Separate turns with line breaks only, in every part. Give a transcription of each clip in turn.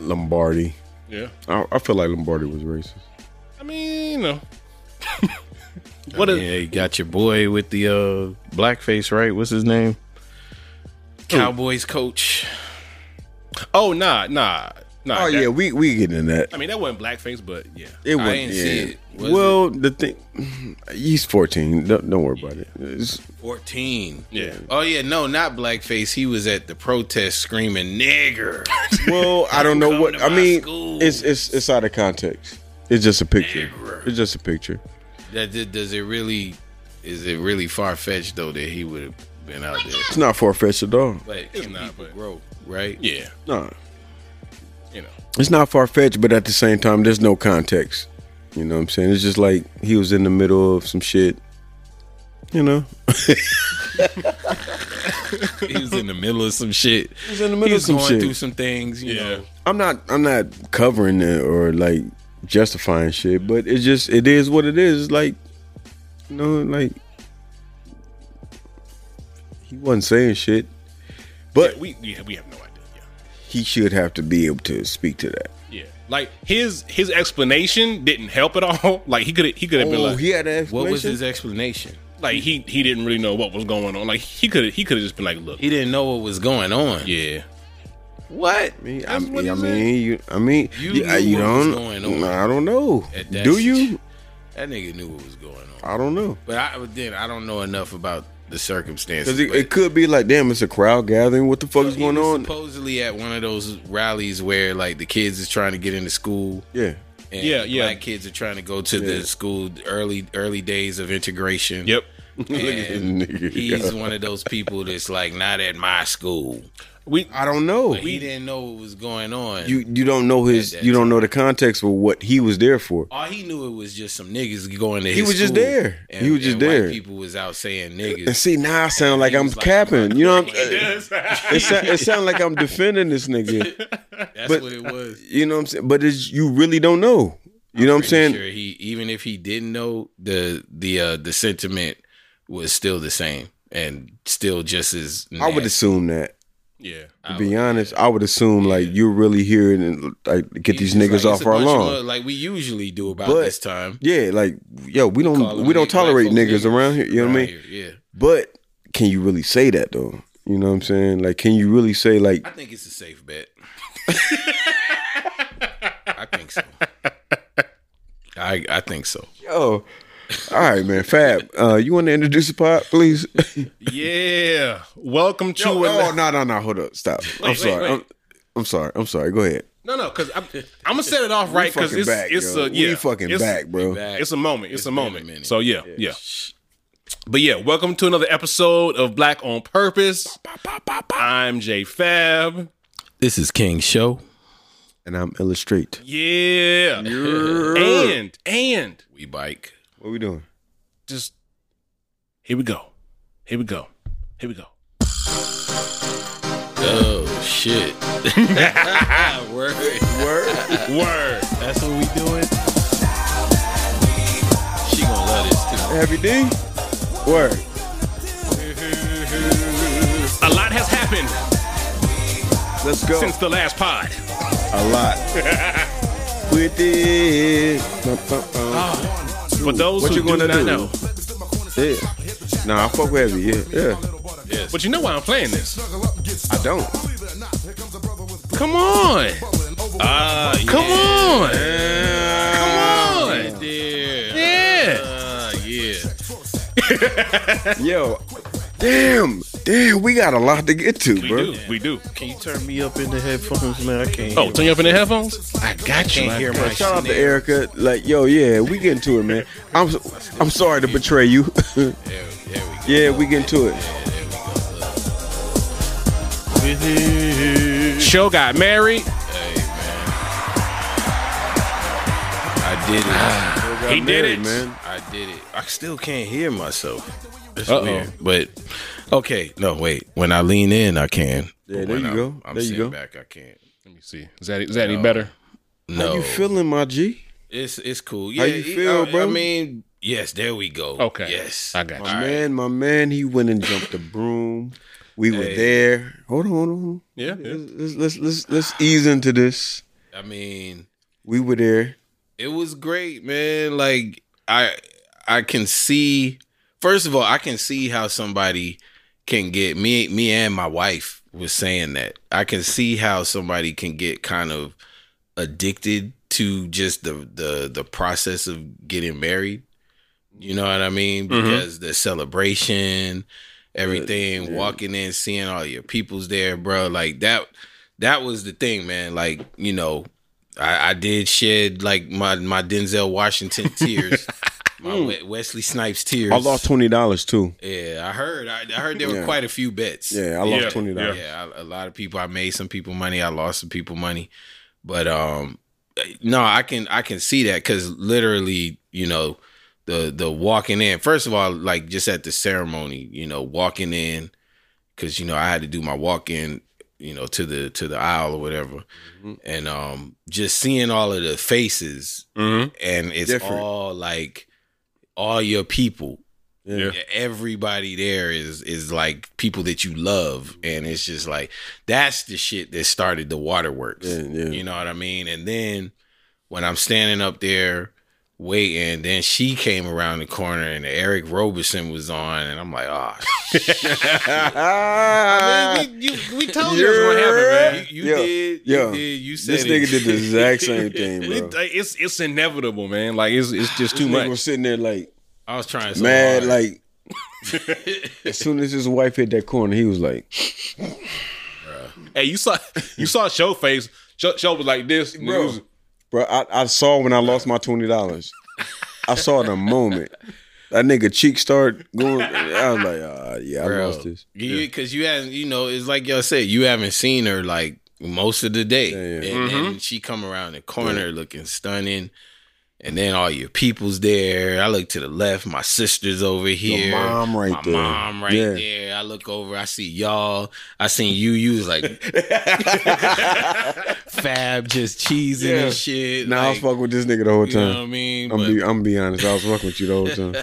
Lombardi.
Yeah.
I, I feel like Lombardi was racist.
I mean, you know.
What? Yeah, you got your boy with the uh, blackface, right? What's his name? Cowboys coach.
Oh, nah, nah, nah.
Oh
that-
yeah, we we getting in that.
I mean, that wasn't blackface, but yeah.
It was.
I ain't
yeah.
see it. Was
well, the thing, he's fourteen. Don't, don't worry about it. It's-
Fourteen.
Yeah.
Oh yeah, no, not blackface. He was at the protest screaming "nigger."
well, I don't know what.
to
I
my
mean,
school.
it's it's it's out of context. It's just a picture. It's just a picture.
that, that- does it really? Is it really far fetched though that he would have been out there?
It's not far fetched at all.
But it's
not,
not
but-
grow, right?
Yeah,
No,
you know.
it's not far fetched, but at the same time, there's no context. You know what I'm saying? It's just like he was in the middle of some shit. You know,
he was in the middle of some shit. He was
in the middle of some
going
shit.
through some things. You
Yeah.
know,
I'm not I'm not covering it or like justifying shit, but it's just it is what it is. It's Like you know, like he wasn't saying shit. But
Yeah, we yeah, we have no idea. Yeah.
he should have to be able to speak to that.
Yeah. Like his his explanation didn't help at all. Like he could he could have been
Oh,
like
he had an explanation.
what was his explanation?
like he he didn't really know what was going on. Like he could he could have just been like, look,
He didn't know what was going on.
yeah,
What?
I mean, I,
That's what
I
he
mean, you, I mean,
You
yeah,
knew
you
what was
don't.
going on.
I don't know.
At that
Do
sh-
you?
That nigga knew what was going on.
I don't know.
But I but then I don't know enough about the
Because
circumstances.
it,
but
it could be like, damn, it's a crowd gathering. What the fuck is
he
going
was
on?
Supposedly at one of those rallies where like the kids is trying to get into school.
yeah.
And
Yeah,
the
yeah.
Black kids are trying to go to
Yeah.
the school early early days of integration.
yep,
And
Look at this nigga.
he's one of those people that's like not at my school.
we
I don't know.
He didn't know what was going on.
you you don't know his
that
you don't know the context for what he was there for.
All he knew it was just some niggas going to. His
He was just
school,
there.
And,
He was just
and white
there.
people was out saying
And
niggas.
see now I sound like
He
I'm
was like,
capping. You know, what I'm,
yes.
it sound, it sound like I'm defending this nigga.
That's
but-
what it was.
You know what I'm saying? But it's, you really don't know. You know what I'm
Pretty
saying?
Sure he even if he didn't know the the uh, the sentiment was still the same and still just as.
I would
nasty.
assume that.
yeah.
To be honest, I would assume like you're really here and like to get these
He's just
niggas
like,
off
it's a
our
bunch of
lawn.
mother- like we usually do about
But-
this time.
yeah, like yo, we
Call
don't
them
we don't
niggas, black
tolerate
folk
niggas, around here. You know what I
around
mean?
here, Yeah,
But can you really say that though? You know what I'm saying? Like, can you really say like
I think it's a safe bet. I think so. I I think so.
Oh, all right, man. Fab, uh, you want to introduce the pod, please?
Yeah. Welcome to
oh,
another-
no, no, no. Hold up. Stop. I'm
wait,
sorry.
wait.
I'm, I'm sorry. I'm sorry. Go ahead.
no, no, because I'm, I'm gonna set it off
We
right because
fucking
it's
back,
it's
yo.
a yeah,
We fucking
it's,
back, bro.
Back.
It's a moment. It's, a
been a
moment.
minute.
so yeah, yeah, But yeah, welcome to another episode of Black on Purpose. I'm Jay Fab.
This is King Show.
And I'm illustrate.
Yeah. And and
We bike.
What we doing?
just here we go. Here we go. Here we go.
Oh shit. Word.
Word.
Word.
That's what we doing. She gonna love this
Happy D. Word.
A lot has happened
Let's go.
since the last pod.
A lot. With it. Bum, bum, bum.
For those
What
who
you
do
gonna
not
do?
know,
Yeah. Nah, I fuck with heavy. Yeah, yeah.
but you know why I'm playing this.
I don't.
Come on.
too. Ah, yeah.
Come on. Come on.
Right there.
Yeah.
Ah, yeah.
Yo. Damn. Damn. We got a lot to get to,
We
bro.
do. We do.
Can you turn me up in the headphones, man? I can't.
Oh, turn you up in the headphones? I got you.
can't hear
got
my
you.
Shout out to Erica. Like, yo, yeah, we get into it, man. I'm I'm sorry to betray you.
There, there we go.
yeah, we get into it.
Show got married.
I did it.
He did it.
man.
I did it. I still can't hear myself. That's
Uh-oh.
weird. But okay, no, wait. When I lean in, I can.
Yeah,
But
there
when
you
I'm,
go.
I'm
There you
sitting
go.
back. I can't.
Let me see. Is that is that any better?
No,
How you feeling, my G?
it's it's cool. Yeah,
How you
it-
feel,
I,
bro?
I mean, yes. There we go.
Okay.
Yes.
I got
My
you.
man, my man, he went and jumped the broom. We were
Hey.
there. Hold on, hold on.
Yeah, yeah.
Let's, let's let's let's ease into this.
I mean,
We were there.
it was great, man. Like I I can see first of all, I can see how somebody can get me me and my wife was saying that. I can see how somebody can get kind of addicted to just the the the process of getting married. You know what I mean?
Mhm.
Because the celebration, everything,
Mm-hmm. yeah.
walking in, seeing all your peoples there, bro. Like that that was the thing, man. Like, you know, I, I did shed like my my Denzel Washington tears, my We- Wesley Snipes tears.
I lost twenty dollars too.
Yeah, I heard. I, I heard there were
Yeah.
quite a few bets.
Yeah, I lost
Yeah,
twenty dollars.
yeah. I, a lot of people. I made some people money. I lost some people money, but um, no, I can I can see that because literally, you know, the the walking in. First of all, like just at the ceremony, you know, walking in because you know I had to do my walk in, you know, to the to the aisle or whatever,
Mhm.
and um, just seeing all of the faces
Mm-hmm.
and it's
Different.
all like all your people
Yeah.
Yeah.
everybody there is is like people that you love and it's just like that's the shit that started the waterworks
Yeah, yeah.
you know what i mean and then when i'm standing up there waiting then she came around the corner and eric roberson was on and i'm like oh
Ah,
we, we told
you it was gonna happen, man.
you,
Yeah.
did
Yeah.
you did you said
this nigga
it.
did the exact same thing, bro.
It, it's it's inevitable, man. Like it's it's just
This
too
nigga
much.
was sitting there like
i was trying so
mad,
hard.
like as soon as his wife hit that corner, he was like,
Hey, you saw you saw show face. Show, show was like this, nigga
Bro.
was-
Bro, I, I saw when I lost my twenty dollars. I saw the moment. That nigga cheek start going. I was like, ah, yeah, I
Bro,
lost this.
because you haven't, you know, it's like y'all said, you haven't seen her like most of the day,
Yeah, yeah.
And, and she come around the corner looking stunning, and then all your people's there. I look to the left, my sister's over here,
mom right
my
there.
mom right
Yeah.
there. I look over, I see y'all, I seen you. You was like Fab, just cheesing
Yeah.
and shit.
Nah, I was
like,
fucking with this nigga the whole
you know what I
time.
mean?
I'm
But-
be, I'm be honest. I was fucking with you the whole time.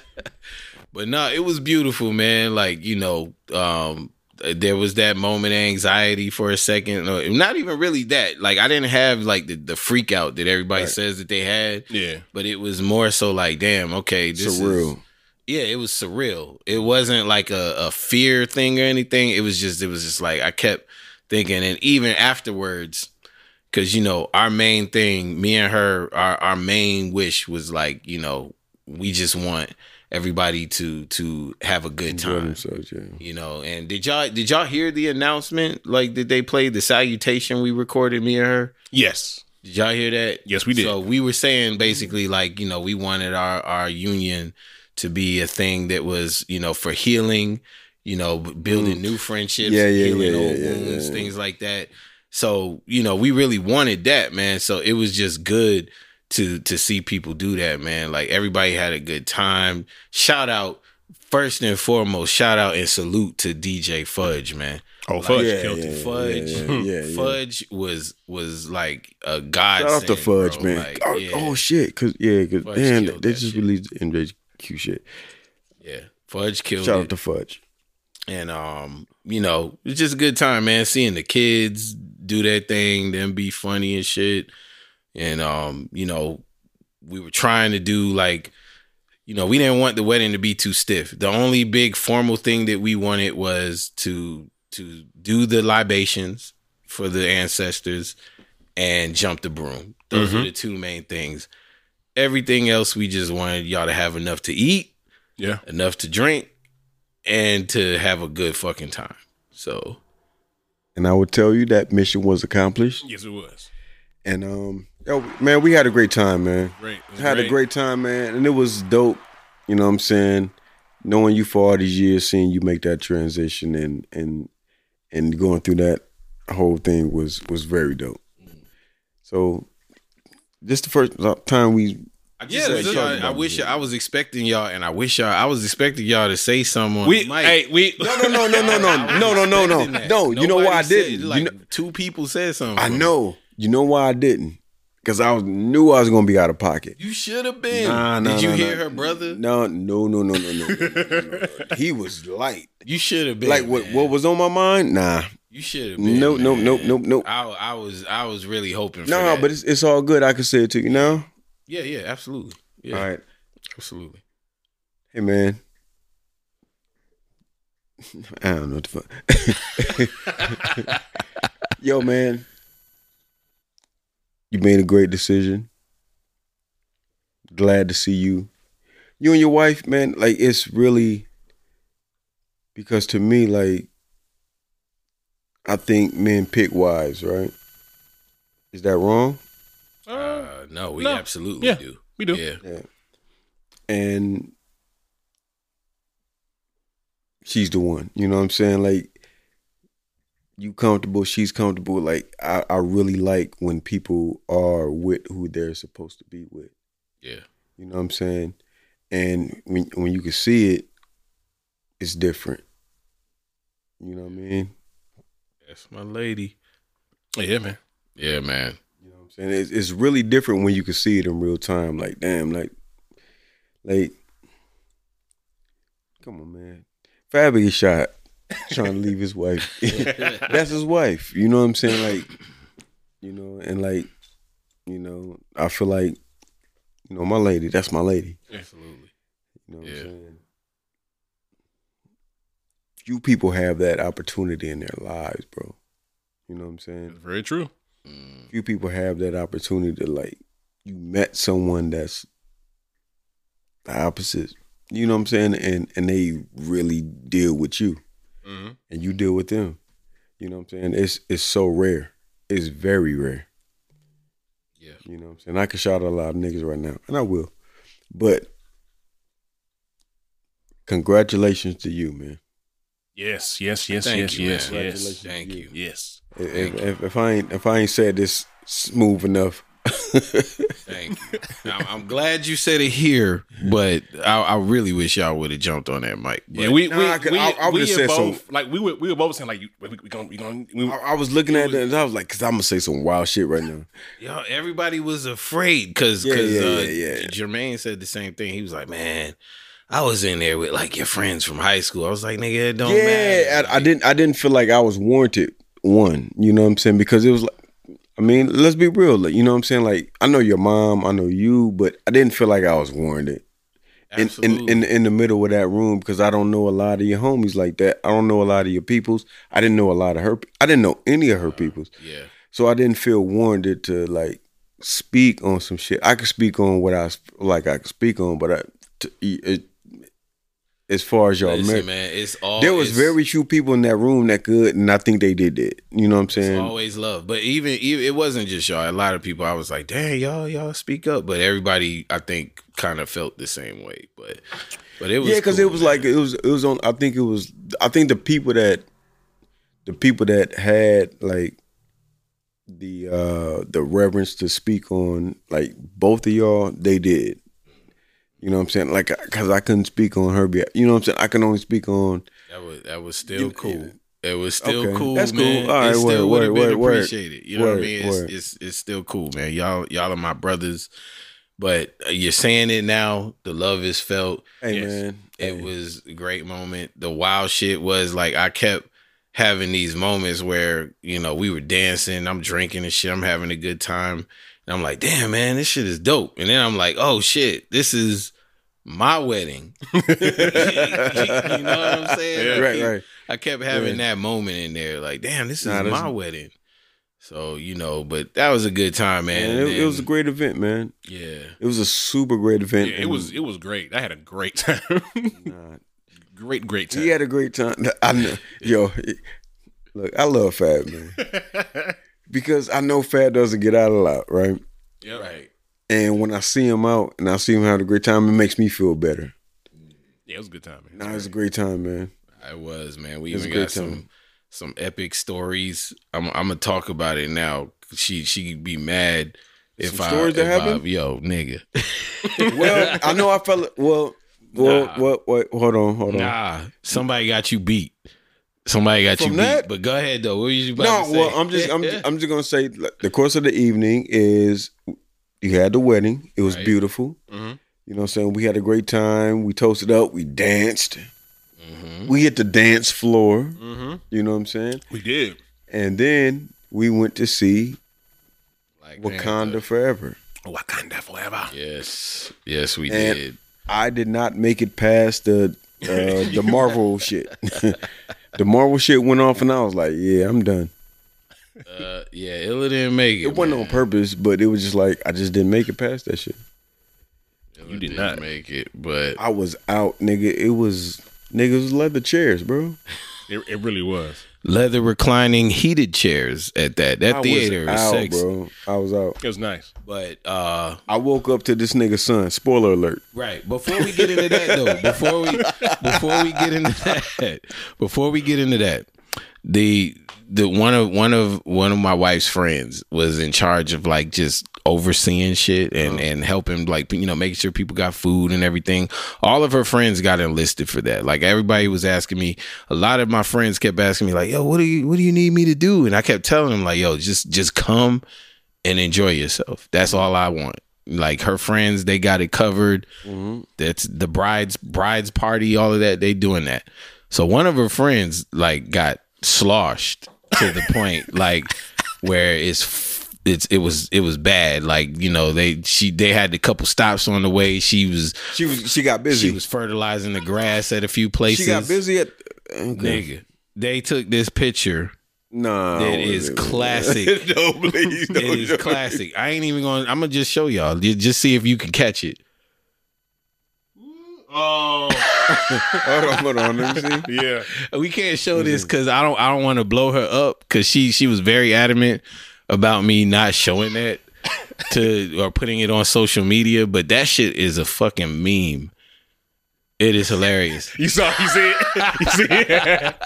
But no, it was beautiful, man. Like, you know, um there was that moment of anxiety for a second. No, Not even really that. Like I didn't have like the, the freak out that everybody
Right.
says that they had,
yeah.
but it was more so like, damn, okay, this
It's
is-
real.
yeah, it was surreal. It wasn't like a, a fear thing or anything. It was just it was just like I kept thinking and even afterwards, because you know, our main thing, me and her, our, our main wish was like, you know, we just want everybody to to have a good
Enjoy
time.
themselves, yeah.
You know, and did y'all did y'all hear the announcement? Like did they play the salutation we recorded, me and her?
Yes.
Did y'all hear that?
Yes, we did.
So we were saying basically like, you know, we wanted our our union to be a thing that was, you know, for healing, you know, b- building new friendships,
Mm. Yeah, yeah,
healing
yeah, yeah,
old
yeah, yeah,
wounds,
yeah.
things like that. So, you know, we really wanted that, man. So it was just good to to see people do that, man. Like everybody had a good time. Shout out first and foremost, shout out and salute to DJ Fudge, man.
Oh, fudge
yeah,
killed
yeah,
it.
yeah,
Fudge.
Yeah, yeah, yeah.
Fudge was was like a god.
Shout out to Fudge, man. oh,
yeah,
oh, shit, cause yeah, cause
Fudge
damn,
killed
they
that
just
shit.
released the NJQ shit.
yeah. Fudge killed
Shout
it.
out to Fudge.
and um, you know, it's just a good time, man. Seeing the kids do their thing, them be funny and shit. And um, you know, we were trying to do like, you know, we didn't want the wedding to be too stiff. The only big formal thing that we wanted was to to do the libations for the ancestors and jump the broom. Those are the two main things. Everything else we just wanted y'all to have enough to eat
Yeah.
enough to drink and to have a good fucking time. So
And I would tell you that mission was accomplished.
Yes, it was.
And um, yo, man, we had a great time, man.
Great. It was
had a great time, man, and it was dope. You know what I'm saying? Knowing you for all these years, seeing you make that transition and and and going through that whole thing was was very dope. So, this the first time we
I
just Yeah, wish
y'all-
I wish I was expecting y'all, and I wish y'all. I was expecting y'all to say someone.
We,
Mike,
hey, we.
no no no no no no no no no no
didn't that?
no. You know why I
Nobody said-
didn't? You
Like
know-
two people said something.
I know. You know why I didn't? because I was, knew I was gonna be out of pocket.
You should have been.
Nah, nah,
Did you
nah,
hear
nah.
her brother?
No, no, no, no, no, no. no, no, no. He was light.
You should have been.
Like what?
man.
What was on my mind? Nah,
You should have been.
nope, nope,
man.
nope, nope, nope.
I, I was I was really hoping. for
No,
that.
but it's, it's all good. I can say it to you now.
yeah, yeah, absolutely. Yeah,
All right,
absolutely.
hey man. I don't know what the fuck. Yo, man. You made a great decision. Glad to see you. You and your wife, man, like it's really because to me, like, I think men pick wives, right? Is that wrong?
Uh,
Uh, no, we
no.
absolutely
Yeah,
do.
we do.
Yeah,
Yeah. And she's the one. You know what I'm saying? Like you comfortable, she's comfortable. Like I, I really like when people are with who they're supposed to be with.
yeah,
You know what I'm saying? And when when you can see it, it's different. You know what I mean?
that's my lady.
yeah, man.
Yeah, man.
You know what I'm saying? It's, it's really different when you can see it in real time. Like, damn, like, like, come on, man. Fab get shot trying to leave his wife. That's his wife. You know what I'm saying? Like, you know, and like, you know, I feel like, you know, my lady. That's my lady.
Absolutely.
You know what
Yeah.
I'm saying? Few people have that opportunity in their lives, bro. You know what I'm saying?
That's very true.
Mm,
few people have that opportunity to like you met someone that's the opposite you know what i'm saying and and they really deal with you
hmm
and you deal with them you know what i'm saying it's it's so rare it's very rare
yeah.
you know what i'm saying i can shout out a lot of niggas right now and i will but congratulations to you man
Yes, yes, yes,
Thank
yes,
you,
yes,
man.
yes,
Congratulations.
Thank you.
yes.
if, if, if i ain't if i ain't said this smooth enough
Thank you. I'm, I'm glad you said it here, but I, I really wish y'all would have jumped on that mic. But
Yeah, we
Nah,
we,
I could-
we,
I- I
we
would've said
both like we were we were both saying like you, we, we gonna we gonna we,
I, I was looking at it and i was like because i'm gonna say some wild shit right now
Yo, everybody was afraid because
Yeah,
because
yeah,
uh,
yeah, yeah.
Jermaine said the same thing. He was like, "Man, I was in there with like your friends from high school." I was like, "Nigga, it don't
yeah,
matter."
I, I didn't. I didn't feel like I was warranted. One, you know what I'm saying? Because it was like, I mean, let's be real. Like, you know what I'm saying? Like, I know your mom, I know you, but I didn't feel like I was warranted in in,
Absolutely.
in in the middle of that room because I don't know a lot of your homies like that. I don't know a lot of your peoples. I didn't know a lot of her. I didn't know any of her peoples,
yeah,
so I didn't feel warranted to like speak on some shit. I could speak on what I s- like. I could speak on, but I, t- it, as far as y'all
Listen,
married,
man, it's all
there was
it's-
very few people in that room that could, and I think they did that. You know what I'm
it's
saying?
always love, but even, even it wasn't just y'all. A lot of people, I was like, "Dang, y'all, y'all speak up," but everybody, I think, kind of felt the same way. But but it was
yeah, because
cool,
it was
man.
like it was it was on. I think it was. I think the people that the people that had like the uh the reverence to speak on like both of y'all, they did. You know what I'm saying? Like, because I couldn't speak on her. behalf. You know what I'm saying? I can only speak on.
that was that was still
You-
cool. It was still
Okay,
cool.
that's cool.
man.
All
it
right,
still
word,
would have
word, word,
been
word.
appreciated. You know what I
Word,
mean? It's,
word.
it's it's still cool, man. Y'all y'all are my brothers. But uh, you're saying it now. The love is felt.
Hey
Yes.
man,
It
Hey.
was a great moment. The wild shit was like I kept having these moments where, you know, we were dancing, I'm drinking and shit, I'm having a good time. And I'm like, damn man, this shit is dope. And then I'm like, oh shit, this is my wedding. you know what I'm saying?
Yeah.
Like,
right, right.
I kept having
Yeah.
that moment in there, like, damn, this is
Nah, that's-
my wedding. So, you know, but that was a good time, man.
And
And
it, it was a
then-
great event, man.
Yeah.
It was a super great event. uh,
yeah, it
and-
was it was great. I had a great time.
Nah,
great, great time.
He had a great time. I know, yo, it- look, I love Fab man because I know Fab doesn't get out a lot, right?
yeah,
Right.
And when I see him out and I see him having a great time, it makes me feel better.
Yeah, it was a good time, man.
Nah, it's a great time, man.
I was, man. We
It was
even
a
got
great time.
some some epic stories. I'm I'm gonna talk about it now. She she'd be mad if
Some
I
stories that
if I-
happened?
yo, nigga.
Well, I know I felt well. Well,
Nah.
Uh-huh. well, wait, hold on, hold on.
Nah. Somebody got you beat. Somebody got
From
you
that-
beat. But go ahead though. What were you about
No,
to say?
well, I'm just I'm just, I'm just gonna say like, the course of the evening is you had the wedding. It was
Right. Mm-hmm.
beautiful.
Mhm.
You know what I'm saying? We had a great time. We toasted up. We danced.
Mhm.
We hit the dance floor.
Mm-hmm.
You know what I'm saying?
We did.
And then we went to see
Black
Wakanda Forever.
Wakanda forever.
Panther. Yes, yes, we
And-
did.
I did not make it past the uh, the Marvel shit. the Marvel shit went off, and I was like, "Yeah, I'm done."
Uh, yeah, Illa didn't make it.
It wasn't on
man.
purpose, but it was just like I just didn't make it past that shit.
Illa
You did
didn't
not.
make it, but
I was out, nigga. It was niggas was leather chairs, bro.
It, it really was.
leather reclining heated chairs at that that
I
theater
was
is
out,
sexy.
bro. I was out.
It was nice.
But uh,
I woke up to this nigga's son. Spoiler alert.
Right. Before we get into that though, before we before we get into that, before we get into that, the the one of one of one of my wife's friends was in charge of like just overseeing shit and and helping like you know making sure people got food and everything. All of her friends got enlisted for that. Like everybody was asking me. A lot of my friends kept asking me like, "Yo, what do you what do you need me to do?" And I kept telling them like, "Yo, just just come and enjoy yourself. That's all I want." Like her friends, they got it covered
Mm-hmm.
that's the bride's bride's party, all of that. They doing that. So one of her friends like got sloshed to the point like where it's f- it's it was it was bad. Like you know they she they had a couple stops on the way. She was
She was she got
she
busy. She,
was fertilizing the grass at a few places.
got busy at okay.
Nigga, they took this picture.
Nah. I
It
don't
is
really-
classic. It
no, please. No,
is
no.
classic. I ain't even going. to I'm gonna just show y'all. Ju- Just see if you can catch it.
Oh
Hold on, hold on. Let me see.
yeah.
we can't show this because I don't I don't want to blow her up because she she was very adamant about me not showing that to or putting it on social media. But that shit is a fucking meme. It is hilarious.
You saw you see it? You see it?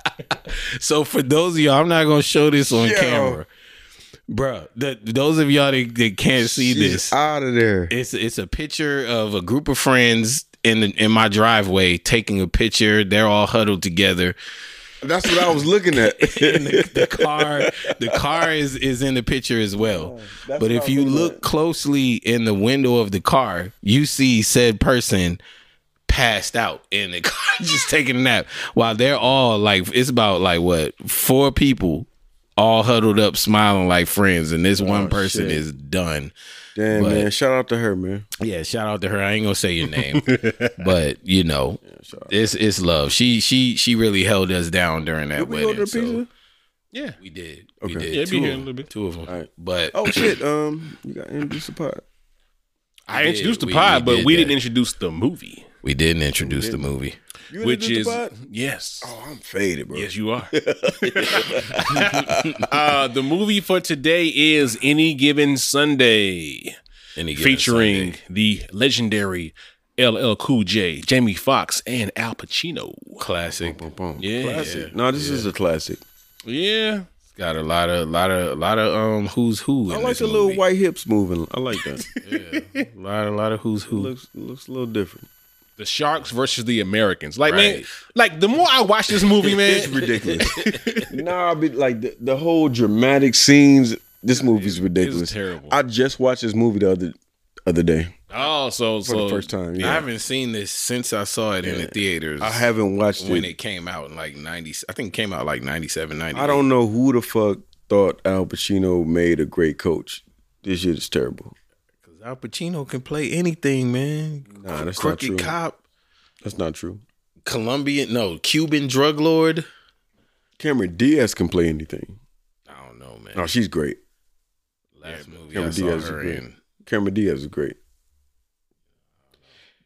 So for those of y'all, I'm not gonna show this on
Yo.
camera, Bruh, The, those of y'all that, that can't see
She's
this,
out of there.
It's it's a picture of a group of friends in the, in my driveway taking a picture. They're all huddled together.
That's what I was looking at.
and the, the car the car is is in the picture as well.
Oh, that's
but
what I
if
was
you
thinking.
look closely in the window of the car, you see said person passed out in the car just taking a nap while they're all like it's about like what four people all huddled up smiling like friends and this one person
Oh, shit.
is done
Damn
But-
man, shout out to her, man.
yeah shout out to her i ain't gonna say your name but you know
shout out.
it's it's love she she she really held us down during that
Did we
wedding
go to the
so-
pizza?
Yeah.
we did.
Okay.
We did.
Yeah, be
two, of
here in a
them.
little bit.
two of them.
Alright.
But
Oh shit. Um, you got introduced the pod.
I
did.
introduced
We-
the pod,
we
but
did
we
that.
didn't introduce the movie.
we didn't introduce the movie.
You
which is
introduced the pod?
yes.
Oh, I'm faded, bro.
Yes, you are. uh, the movie for today is Any Given Sunday,
Any Given
featuring
Sunday.
the legendary LL Cool J, Jamie Foxx, and Al Pacino.
classic.
Boom, boom.
Yeah.
Classic. No, this is a classic.
Yeah,
It's got a lot of lot of lot of um who's who.
I
in
like
this
the little
movie.
white hips moving. I like that.
A lot a lot of who's who.
looks looks a little different.
the Sharks versus the Americans. Like man,
Right.
like the more I watch this movie, man,
ridiculous. nah, but like the, the whole dramatic scenes. This movie's
it's
ridiculous.
terrible.
I just watched this movie the other other day
oh, so
for
so
the first time.
I
Yeah,
haven't seen this since I saw it in the theaters.
I haven't watched
when
it.
it came out in like 90 I think it came out like 97 98.
I don't know who the fuck thought Al Pacino made a great coach. This shit is terrible.
Cuz Al Pacino can play anything, man.
Nah, that's not
Crooked
true.
cop,
That's not true.
Colombian, no, Cuban drug lord.
Cameron Diaz can play anything.
I don't know, man.
No, she's great.
Last movie I
Cameron
saw
Oh, Diaz is
her
great.
in.
Cameron Diaz is great.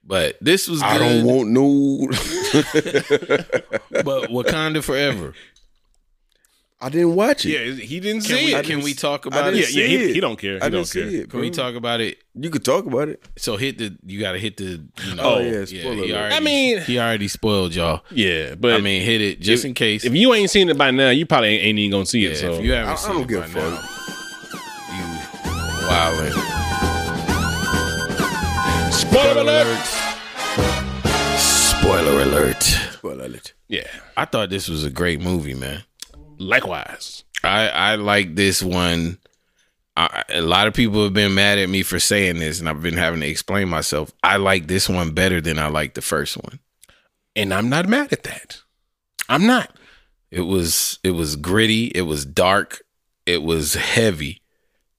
But this was good.
I don't want no.
But Wakanda Forever.
I didn't watch it.
yeah, he didn't
Can
see
we,
it.
can we talk
I
about
didn't
yeah,
it?
see
yeah, he,
it.
he don't care. He
I
don't
didn't see
care.
it. Bro.
Can we talk about it?
You could talk about it.
So hit the. You gotta hit the. You know,
Oh, yeah, spoiler
he
alert.
already,
I mean-
he already spoiled y'all.
Yeah, but
I mean, hit it just in case.
if you ain't seen it by now, you probably ain't, ain't even gonna see
yeah,
it. So
if you haven't
I, I
seen
don't
it
give
by
a fuck.
now, you wildin'.
spoiler
Spoiler
alert.
alert.
Spoiler smell it.
Yeah.
I thought this was a great movie, man.
Likewise.
I I like this one. I, a lot of people have been mad at me for saying this, and I've been having to explain myself. I like this one better than I like the first one.
And I'm not mad at that. I'm not.
It was it was gritty. It was dark. It was heavy.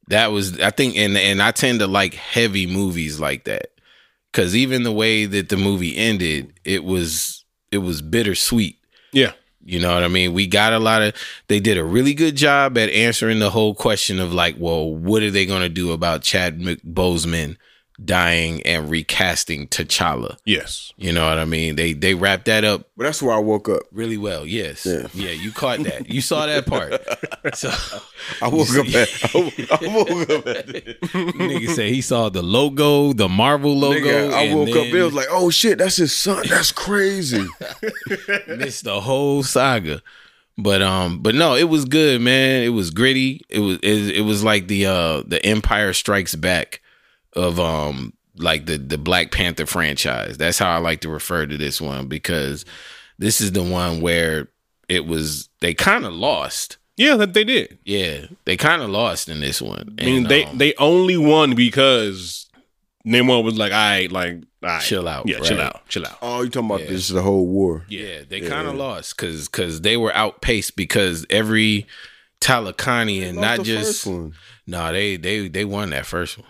That was I think, and and I tend to like heavy movies like that because even the way that the movie ended, it was it was bittersweet.
Yeah.
You know what I mean? We got a lot of they did a really good job at answering the whole question of like, well, what are they going to do about Chad Mc- Bozeman dying and recasting T'Challa?
Yes.
You know what I mean? They they wrapped that up
But that's why I woke up.
really well. Yes.
Yeah.
Yeah, you caught that. You saw that part. So
I woke up. At, I, I woke up. At,
nigga said he saw the logo, the Marvel logo.
nigga, I
and
woke up.
then
It was like, oh shit, that's his son. That's crazy.
missed the whole saga. But um, but no, it was good, man. It was gritty. It was it, it was like the uh the Empire Strikes Back of um like the the Black Panther franchise. That's how I like to refer to this one because this is the one where it was they kind of lost.
Yeah, that they did.
Yeah, they kind of lost in this one.
I mean,
And,
they
um,
they only won because Namor was like, "I like, all right.
Chill out,
yeah, chill
right.
out, chill out."
Oh, you talking about
Yeah.
this? The whole war.
Yeah, they kind of lost because because they were outpaced because every Talakanian,
Lost
not
the
just
first one.
no, they they they won that first one.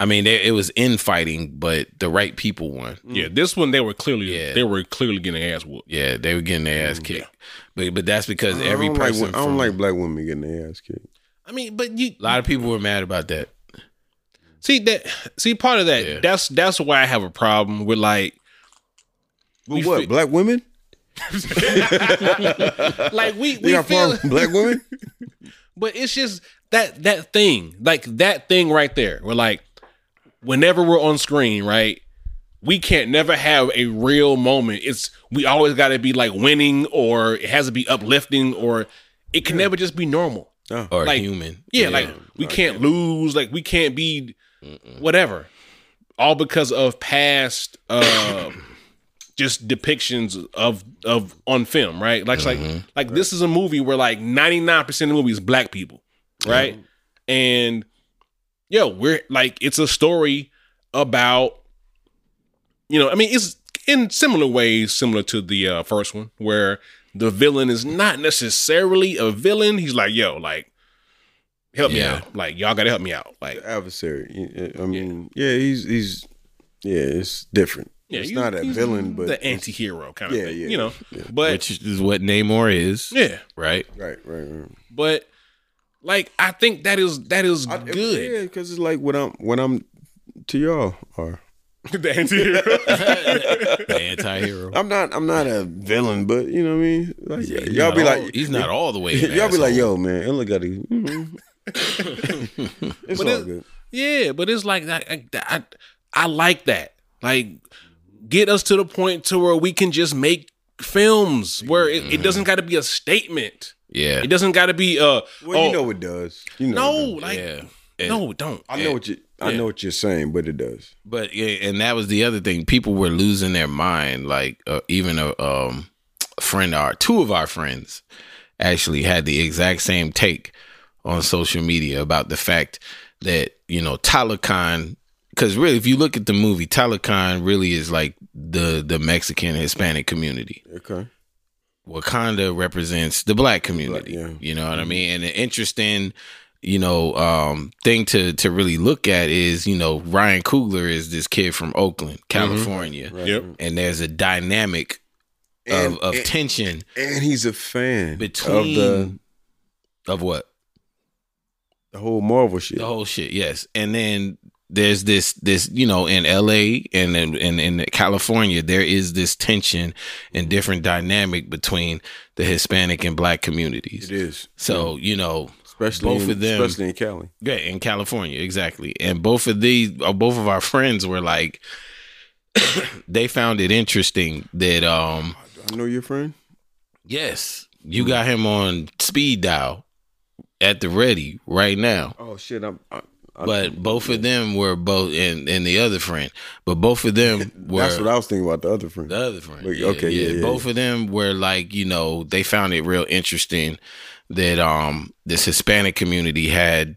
I mean, they, it was infighting, but the right people won.
Yeah, this one they were clearly
Yeah.
they were clearly getting ass whooped.
Yeah, they were getting their ass kicked, but but that's because every
Mm, I don't Like,
person.
wo- I
from-
don't like black women getting their ass kicked.
I mean, but you
a lot of people were mad about that.
see that see part of that.
Yeah.
That's that's why I have a problem with like
But
We
what?
fit-
black women?
like we
We
we
got
feel,
problems with black women?
but it's just that that thing like that thing right there. We're like, whenever we're on screen, right. We can't never have a real moment. It's we always got to be like winning, or it has to be uplifting, or it can never just be normal.
No.
Or
Like,
human.
Yeah, like we can't lose, like we can't be whatever. All because of past uh just depictions of of on film, Mm-hmm. right? Like it's like like this is a movie where like 99% of the movie is black people, right? And yo, we're like it's a story about you know, I mean it's in similar ways similar to the uh, first one where the villain is not necessarily a villain. He's like, yo, like help me
Yeah.
out. Like y'all gotta help me out. Like
The adversary. You- I mean, yeah. he's he's yeah, it's different.
yeah,
it's
you-
not a
he's
villain, but
the anti-hero kind of
Yeah,
thing.
yeah,
you know. But
which is what Namor is,
yeah,
right?
right, right, right.
but like I think that is that is
I-
good.
Yeah, because it's like what I'm what I'm to y'all are.
the anti-hero.
The anti-hero.
I'm not I'm not a villain, but you know what I mean. Like,
He's
y'all
not
be
all-
like
he's not all the way.
Y'all
an
be like, yo,
asshole.
man, it look at it. Mhm. it's all
it-
good.
yeah, but it's like that. I, I I like that. Like get us to the point to where we can just make films where it, it doesn't got to be a statement.
yeah,
It doesn't got to be uh
Well,
oh,
you know it does. You know,
no,
it does.
like
yeah.
no, don't.
I know what you. I know what you're saying, but it does.
But yeah, and that was the other thing. People were losing their mind. Like uh, even a, um, a friend, of our two of our friends, actually had the exact same take on social media about the fact that you know Talakan. Because really, if you look at the movie, Talakan really is like the the Mexican Hispanic community.
Okay.
Wakanda represents the black community.
yeah. Mm-hmm.
You know what I mean? And an interesting, you know, um, thing to to really look at is, you know, Ryan Coogler is this kid from Oakland,
Mm-hmm.
California.
Yep.
And there's a dynamic
And,
of, of
and,
tension
and he's a fan
between
of the,
of what?
the whole Marvel shit.
The whole shit, yes. And then there's this this you know in L.A. and in in, in California there is this tension and different dynamic between the Hispanic and Black communities.
it is,
So you know
especially
Both
in,
of them.
especially in Cali.
Yeah, in California, exactly. And both of these, uh, both of our friends were like, they found it interesting that, um,
I know your friend.
yes, you got him on speed dial at the ready right now.
Oh shit! I'm I, I-
But both of them were both, and, and the other friend, but both of them were
that's what I was thinking about the other friend.
the other friend.
Like,
yeah,
okay,
yeah.
yeah, yeah,
both of them were like, you know, they found it real interesting that um this Hispanic community had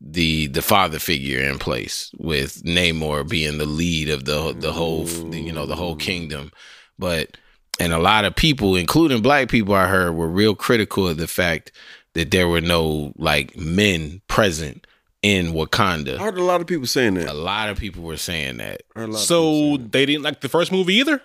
the the father figure in place with Namor being the lead of the the whole you know the
Mm.
whole kingdom, but and a lot of people, including black people, I heard were real critical of the fact that there were no like men present in Wakanda.
I heard a lot of people saying that.
A lot of people were saying that.
I heard a lot of people saying
So
that.
they didn't like the first movie either.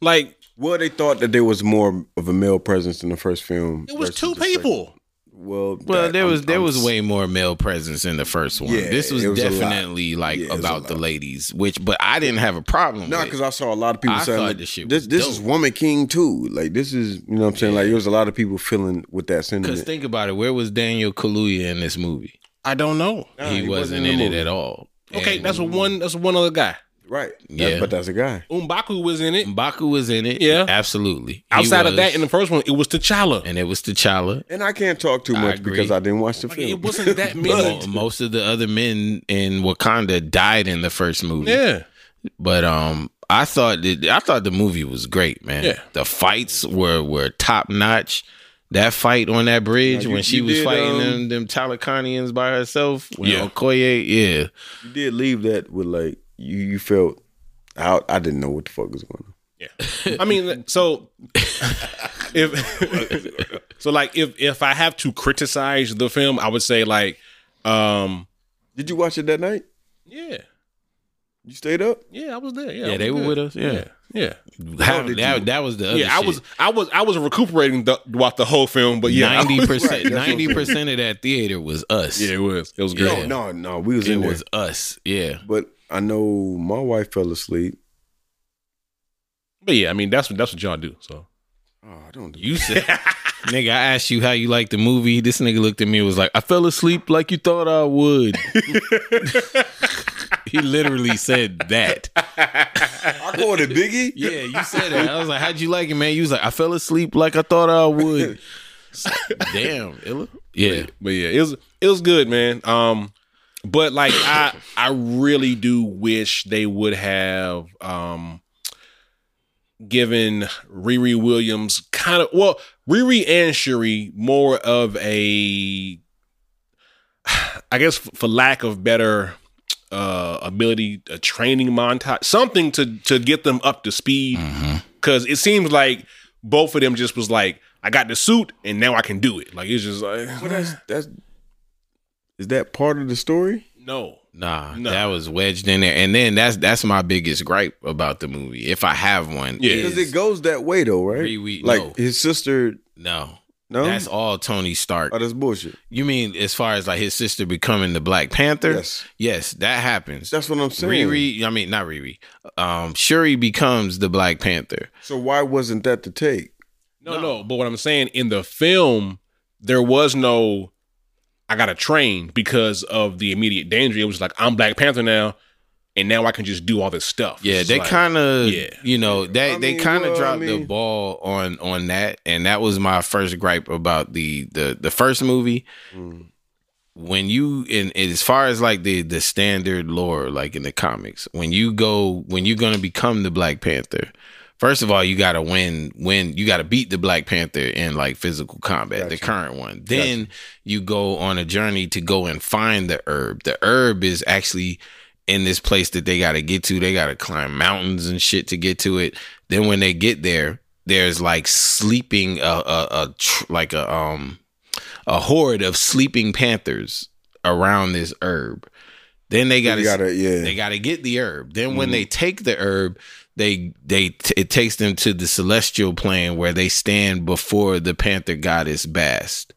Like
well, they thought that there was more of a male presence in the first film.
it was
versus
two
the second.
people.
Well,
Well,
that-
there
I'm-
was there
I'm
was way more male presence in the first one.
Yeah,
this was,
it was a lot.
definitely like
Yeah, it was a
about the
lot.
ladies, which but I didn't have a problem.
No,
with.
because I saw a lot of people
I
saying
thought
like,
this
this,
shit
this,
was
is
dope.
Woman King too. Like this is you know what I'm saying. Like
Yeah.
there was a lot of people feeling with that
because
sentiment.
think about it, where was Daniel Kaluuya in this movie?
I don't know.
Nah,
he,
Uh, he
wasn't,
wasn't in
in,
the
it
movie.
at all.
Okay,
And
that's a one. That's one other guy.
right.
Yeah.
Yeah. But that's a guy.
Umbaku was in it.
Mbaku was in it.
Yeah.
absolutely. He
Outside of
was.
that, in the first one, it was T'Challa.
and it was T'Challa.
And I can't talk too
I
much
agree.
because I didn't watch the
Like,
film.
it wasn't that many.
Mo- Most of the other men in Wakanda died in the first movie.
yeah,
But um, I thought that, I thought the movie was great, man.
Yeah.
The fights were were top notch. That fight on that bridge
Now, you-
when she
you
was
did,
fighting
um,
them them Talakanians by herself. When
Yeah.
Okoye, yeah.
you did leave that with like you. You felt out. I didn't know what the fuck was going on.
yeah. I mean, so if so, like if if I have to criticize the film, I would say like, um,
Did you watch it that night?
yeah,
You stayed up.
yeah, I was there.
Yeah,
Yeah, I was
they were
there.
with us. Yeah.
Yeah,
How-
How did
that,
you-
that was the
yeah.
other
I was, I was, I was recuperating the, throughout the whole film, but yeah, I was-
ninety percent
Right, that's what I'm saying.
ninety percent of that theater was us.
yeah, it was, it was
Yeah.
great.
No, no, no. We was
It
in there.
was us. Yeah.
But I know my wife fell asleep.
But yeah, I mean, that's what that's what y'all do. So
Oh, I don't. Do
You said Nigga, I asked you how you liked the movie. This nigga looked at me and was like, I fell asleep like you thought I would. he literally said that.
I called it Biggie.
Yeah, you said that. I was like, "How'd you like it, man?" You was like, "I fell asleep like I thought I would." It's like, Damn, Illa. Yeah,
but yeah, it was it was good, man. Um, but like I I really do wish they would have um given Riri Williams kind of well Riri and Shuri more of a I guess f- for lack of better uh ability a training montage something to to get them up to speed because it seems like both of them just was like I got the suit and now I can do it like it's just like
Well, that's that's. Is that part of the story?
no.
nah,
No.
that was wedged in there. And then that's that's my biggest gripe about the movie, if I have one.
Yeah.
is-
Because it goes that way though, right?
Three week-
like
no.
his sister.
no,
No,
that's all Tony Stark.
oh, that's bullshit.
You mean as far as like his sister becoming the Black Panther?
Yes.
yes, that happens.
That's what I'm saying.
Riri, I mean not Riri. Um, Shuri becomes the Black Panther.
So why wasn't that the take?
No,
No.
no, But what I'm saying in the film, there was no I gotta train because of the immediate danger. It was like I'm Black Panther now, and now I can just do all this stuff.
Yeah,
It's
they
like,
kind of,
yeah.
you know, they
I
they
mean,
kind of
well, I
dropped the
mean-
ball on on that, and that was my first gripe about the the the first movie. When you in as far as like the the standard lore, like in the comics, when you go when you're gonna become the Black Panther, first of all, you gotta win win you gotta beat the Black Panther in like physical combat, the
Gotcha.
current one. Then you go on a journey to go and find the herb. The herb is actually in this place that they got to get to. They got to climb mountains and shit to get to it. Then when they get there, there's like sleeping a a, a tr- like a um a horde of sleeping panthers around this herb. Then they got
You
to
gotta, Mm-hmm. yeah.
they got to get the herb. Then when they take the herb, they they t- it takes them to the celestial plane where they stand before the panther goddess Bast.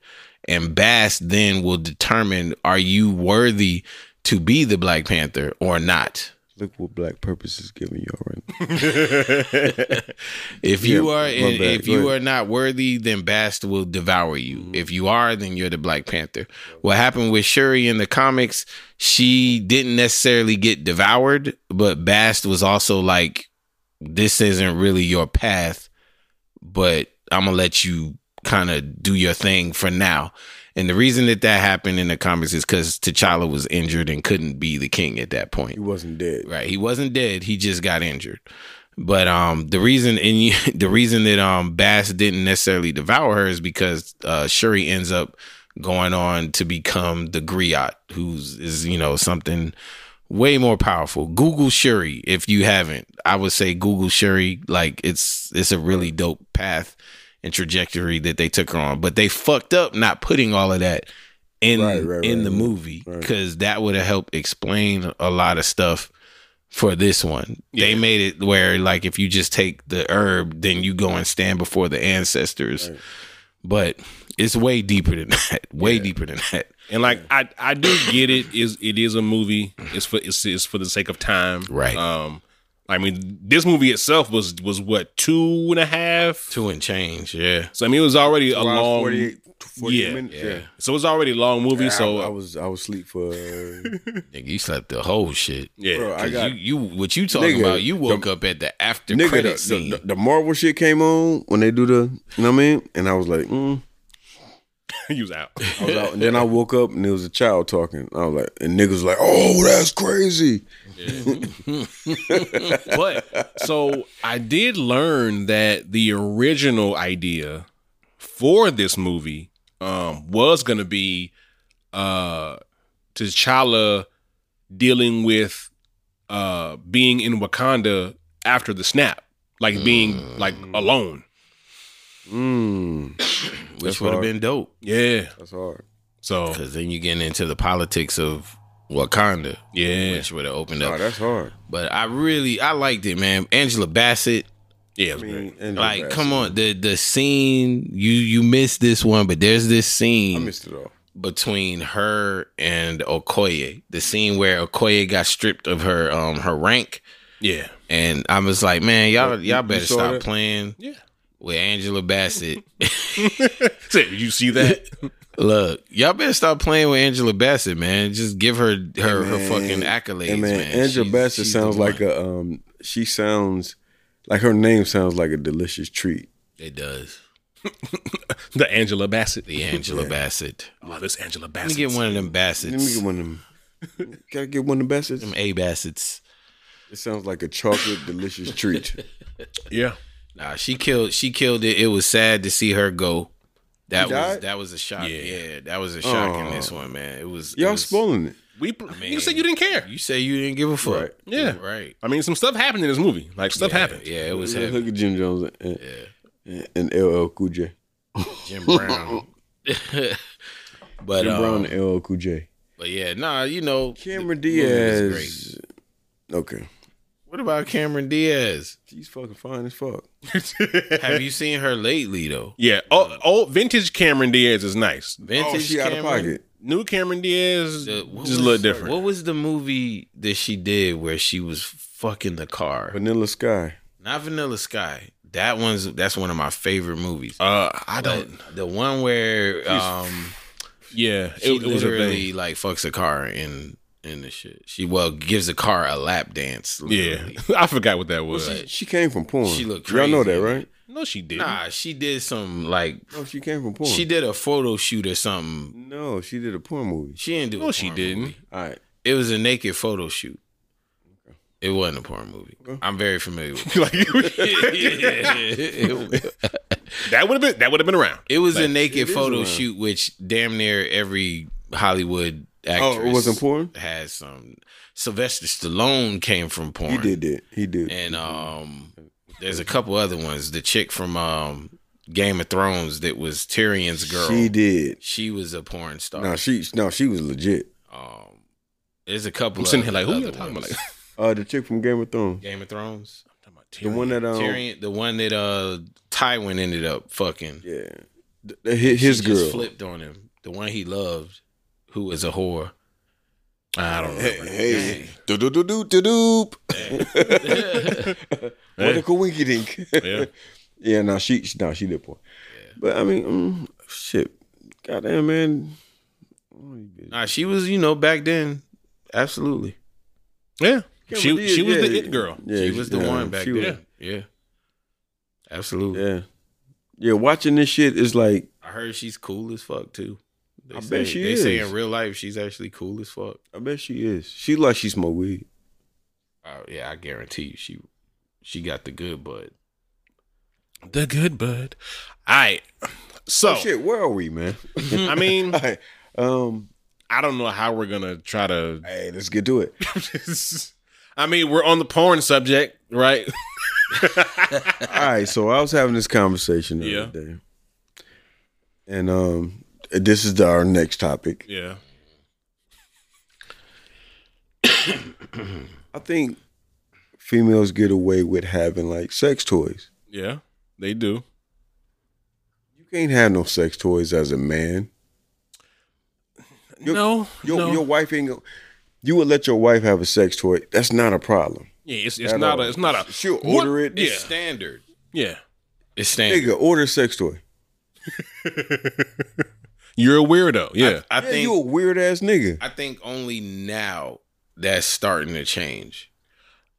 And Bast then will determine are you worthy to be the Black Panther or not.
Look what Black Purpose is giving y'all right now.
If you
Yeah,
are
my
and
bad.
if
Go
you
ahead. Mm-hmm.
are not worthy, then Bast will devour you. If you are, then you're the Black Panther. What happened with Shuri in the comics, she didn't necessarily get devoured, but Bast was also like, This isn't really your path, but I'm gonna let you kind of do your thing for now. And the reason that that happened in the comics is because T'Challa was injured and couldn't be the king at that point.
He wasn't dead.
Right. He wasn't dead. He just got injured. But um, the reason and you, the reason that um Bass didn't necessarily devour her is because uh, Shuri ends up going on to become the Griot, who's is you know something way more powerful. Google Shuri if you haven't. I would say Google Shuri. Like it's it's a really dope path and trajectory that they took her on. But they fucked up not putting all of that in
Right, right,
in
right,
the
right.
movie
Right.
because that would have helped explain a lot of stuff for this one. They
Yeah.
made it where like if you just take the herb, then you go and stand before the ancestors.
Right.
But it's way deeper than that. Way
Yeah.
deeper than that.
And like I, I do get it. Is it is a movie? It's for it's, it's for the sake of time,
Right.
Um, I mean, this movie itself was was what two and a half.
Two and change, yeah.
So I mean, it was already a
Around
long.
48, 48
yeah,
minutes.
yeah. uh,
Yeah.
So it was already a long movie. so
I, I was I was asleep for uh,
Nigga, you slept the whole shit.
yeah,
bro, I
'Cause
got
you, you what you talking
Nigga,
about? You
the-
woke up at the after
nigga
credit
the,
scene.
the, the Marvel shit came on when they do the you know what I mean and I was like mm.
he was out.
I was out and then I woke up and there was a child talking I was like and niggas was like oh that's crazy
but so I did learn that the original idea for this movie um, was going to be uh, T'Challa dealing with uh, being in Wakanda after the snap, like being like alone.
mm,
which
That's
would have
hard.
been dope
Yeah.
that's hard
So
because then you're getting into the politics of Wakanda,
yeah,
which would have opened
oh
up.
that's hard
But I really, I liked it, man. Angela Bassett,
yeah. it
I
was great.
mean and
like,
the
come
rest.
on, the the scene you you missed this one, but there's this
I
scene
missed it all
between her and Okoye, the scene where Okoye got stripped of her um her rank,
Yeah.
and I was like, man, y'all
You-
y'all
you
better
saw
stop
that?
playing
Yeah.
with Angela Bassett.
So, did you see that?
Look, y'all better stop playing with Angela Bassett, man. Just give her her, her
man.
fucking accolades,
and
man.
man, Angela
She's-
Bassett
she's the
sounds like
one.
a um she sounds like her name sounds like a delicious treat
it does.
the Angela Bassett.
The Angela Bassett.
Oh, this Angela
Let me
Bassett.
get one of them
let me
Bassets.
get one of them gotta get one of the best
Them A Bassets.
it sounds like a chocolate delicious treat
Yeah.
Nah, she killed. She killed it. It was sad to see her go. That
She
was
died? Oh.
that was a shock. Yeah,
Yeah.
that was a shock in
Aw.
this one, man. It was. it
y'all
was-
spoiling it
We.
mean-
you said you didn't care.
You say you didn't give a fuck.
Right.
Yeah.
right.
I mean, some stuff happened in this movie. Like stuff
yeah,
happened.
Yeah, it was
Yeah,
heavy.
Look at Jim Jones and,
Yeah.
and LL Cool J.
Jim Brown. but
Jim
um,
Brown and LL Cool J.
but yeah, nah, you know,
Cameron
the movie was
Diaz. Okay.
What about Cameron Diaz?
She's fucking fine as fuck.
Have you seen her lately though?
Yeah. Oh, old vintage Cameron Diaz is nice.
Vintage
Oh, she out of
Cameron?
pocket.
New Cameron Diaz
The-
just
what
a
was-
little different.
What was the movie that she did where she was fucking the car?
Vanilla Sky.
Not Vanilla Sky. That one's that's one of my favorite movies.
Uh, I
But
don't.
the one where um
Yeah, it,
she
it was a
literally
thing.
like fucks a car and and the shit. She well gives a car a lap dance.
Yeah,
literally.
I forgot what that was.
She, she came from porn.
She looked
Y'all know that,
crazy.
right?
no, she didn't.
Nah, she did some like
Oh, she came from porn.
she did a photo shoot or something.
No, she did a porn movie.
She didn't do
no,
a
she
porn
didn't.
movie.
All right.
It was a naked photo shoot. It wasn't a porn movie. I'm very familiar with
like
it.
that would have been that would have been around.
it was a naked
is
photo
one.
shoot, which damn near every Hollywood actress
Oh, it wasn't porn?
has some. Sylvester Stallone came from porn.
He did that. He did.
And um, there's a couple other ones. The chick from um, Game of Thrones that was Tyrion's girl.
She did.
She was a porn star.
No, she no, she was legit.
um, there's a couple.
I'm sitting
other-
here like, who you
other
talking about?
ones.
Like,
Uh the chick from Game of Thrones.
Game of Thrones.
The one that um
Tyrion, the one that uh Tywin ended up fucking.
Yeah. The- the- his his
She
girl.
just flipped on him. The one he loved, who was a whore. I don't
Hey,
remember.
hey. Do do do do do doop. What a coinky dink.
yeah,
Yeah, no, she, she no, she did porn. But I mean, mm, shit, goddamn man,
Nah, she was, you know, back then. Absolutely.
yeah.
Cameron
She
Diaz,
she was
yeah.
the it girl.
Yeah,
she was the
yeah,
one back
she
then.
was-
yeah. Absolutely.
yeah, Yeah, watching this shit is like
I heard she's cool as fuck too. They
I
say,
bet she
They say
is.
in real life she's actually cool as fuck.
I bet she is. She like she smoke weed.
Uh, yeah, I guarantee you she she got the good bud.
The good bud. All right.
Oh,
So
Shit, where are we, man?
I mean,
All right. Um.
I don't know how we're gonna try to.
Hey, let's get to it.
I mean, we're on the porn subject, right?
All right. So I was having this conversation the
Yeah.
other day, and um, this is our next topic.
Yeah.
I think females get away with having like sex toys.
Yeah. They do.
You can't have no sex toys as a man. Your-
no.
Your
no.
your wife ain't. Go- you would let your wife have a sex toy. That's not a problem.
yeah. It's, it's
At
not
all.
a. It's not a.
She'll
What?
order it.
Yeah.
It's standard.
Yeah.
It's standard.
Nigga, order a sex toy.
You're a weirdo. Yeah.
I
Yeah,
think
you a weird ass nigga.
I think only now that's starting to change.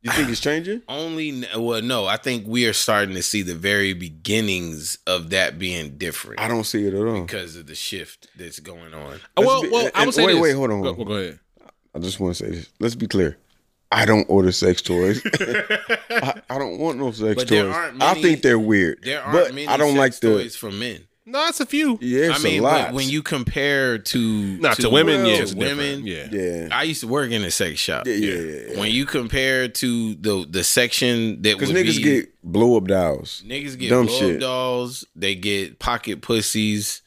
You think it's changing?
Only n- well, no, I think we are starting to see the very beginnings of that being different
I don't see it at all.
because of the shift that's going on.
let's
well,
be-
well, I
and-
would say
wait,
this.
wait, hold on,
Go,
hold on.
go ahead.
I just want to say this. Let's be clear. I don't order sex toys. I, I don't want no sex
But
toys.
there aren't
I
many-
think they're weird.
There aren't
but
many
I don't
sex
like the.
toys for men.
No, it's a few.
Yeah,
I
it's
mean,
a lot.
but when you compare to
Not to, women.
well,
yeah.
to
It's
women.
different. Yeah.
yeah,
I used to work in a sex shop.
yeah, yeah, yeah. yeah.
When you compare to the the section that
Because
would
niggas
be-
get blow up dolls,
niggas get
dumb
blow
shit.
dolls, they get pocket pussies,